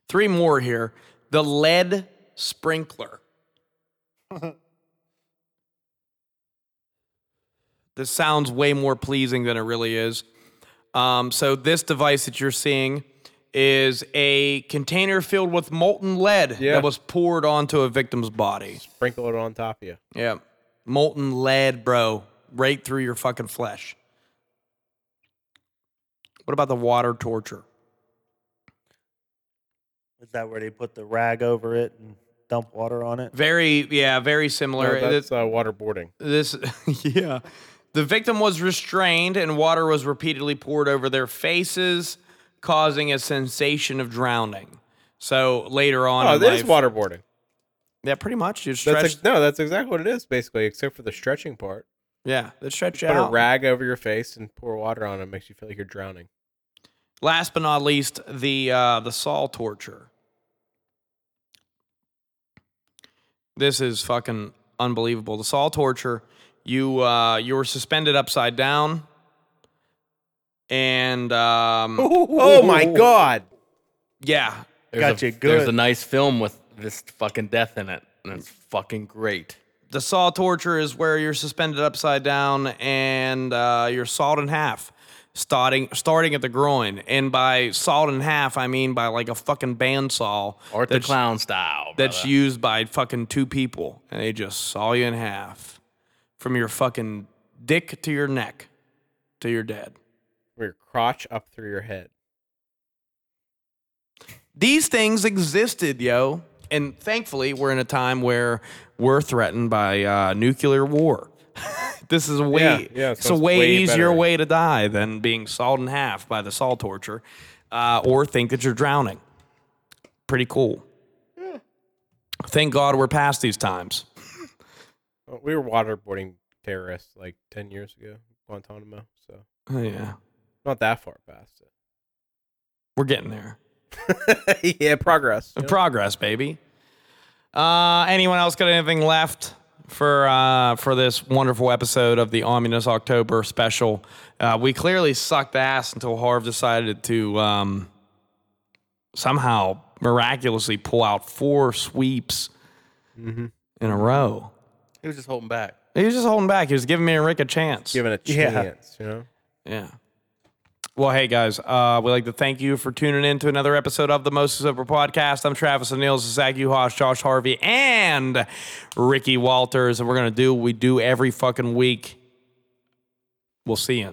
Three more here. The lead sprinkler. this sounds way more pleasing than it really is. Um, so, this device that you're seeing is a container filled with molten lead
Yeah.
that was poured onto a victim's body.
Sprinkle it on top of you.
Yeah. Molten lead, bro. Right through your fucking flesh. What about the water torture?
Is that where they put the rag over it and dump water on it?
Very, yeah, very
No,
similar.
that's uh, waterboarding.
this, this- yeah. The victim was restrained and water was repeatedly poured over their faces, causing a sensation of drowning. So later on,
Oh,
in
that is
life-
waterboarding.
Yeah, pretty much. You stretch.
That's ex- no, that's exactly what it is, basically, except for the stretching part.
yeah, they stretch
Put
out.
a rag over your face and pour water on it. Makes you feel like you're drowning.
Last but not least, the uh, the saw torture. This is fucking unbelievable. The saw torture. You uh, you were suspended upside down, and um,
Oh my god!
yeah,
There's
Got
a,
you
There's
good.
a nice film with this fucking death in it, and it's fucking great.
the saw torture is where you're suspended upside down and uh, you're sawed in half, starting starting at the groin. And by sawed in half, I mean by like a fucking bandsaw
Art the
that's-
Clown style.
that's
brother.
used by fucking two people and they just saw you in half from your fucking dick to your neck to your dad.
Where your crotch up through your head.
These things existed, yo. And thankfully, we're in a time where we're threatened by uh, nuclear war. this is a way,
Yeah, yeah, so
it's a
it's
way,
way
easier
better.
way to die than being sawed in half by the saw torture uh, or think that you're drowning. Pretty cool. Thank God we're past these times.
Well, We were waterboarding terrorists like ten years ago, Guantanamo. So
Oh, yeah.
not that far past
We're getting there.
it. yeah, progress. you know?
Progress, baby. Uh, anyone else got anything left for uh, for this wonderful episode of the Ominous October special? Uh, we clearly sucked ass until Harv decided to um, somehow miraculously pull out four sweeps in a row.
Mm-hmm. He was just holding back.
He was just holding back. He was giving me and Rick a chance.
Given a
Yeah.
chance, you know.
Yeah. Well, hey guys, uh, we'd like to thank you for tuning in to another episode of the Most Sober Podcast. I'm Travis O'Neill, Zach Uhas, Josh Harvey, and Ricky Walters, and we're gonna do what we do every fucking week. We'll see you.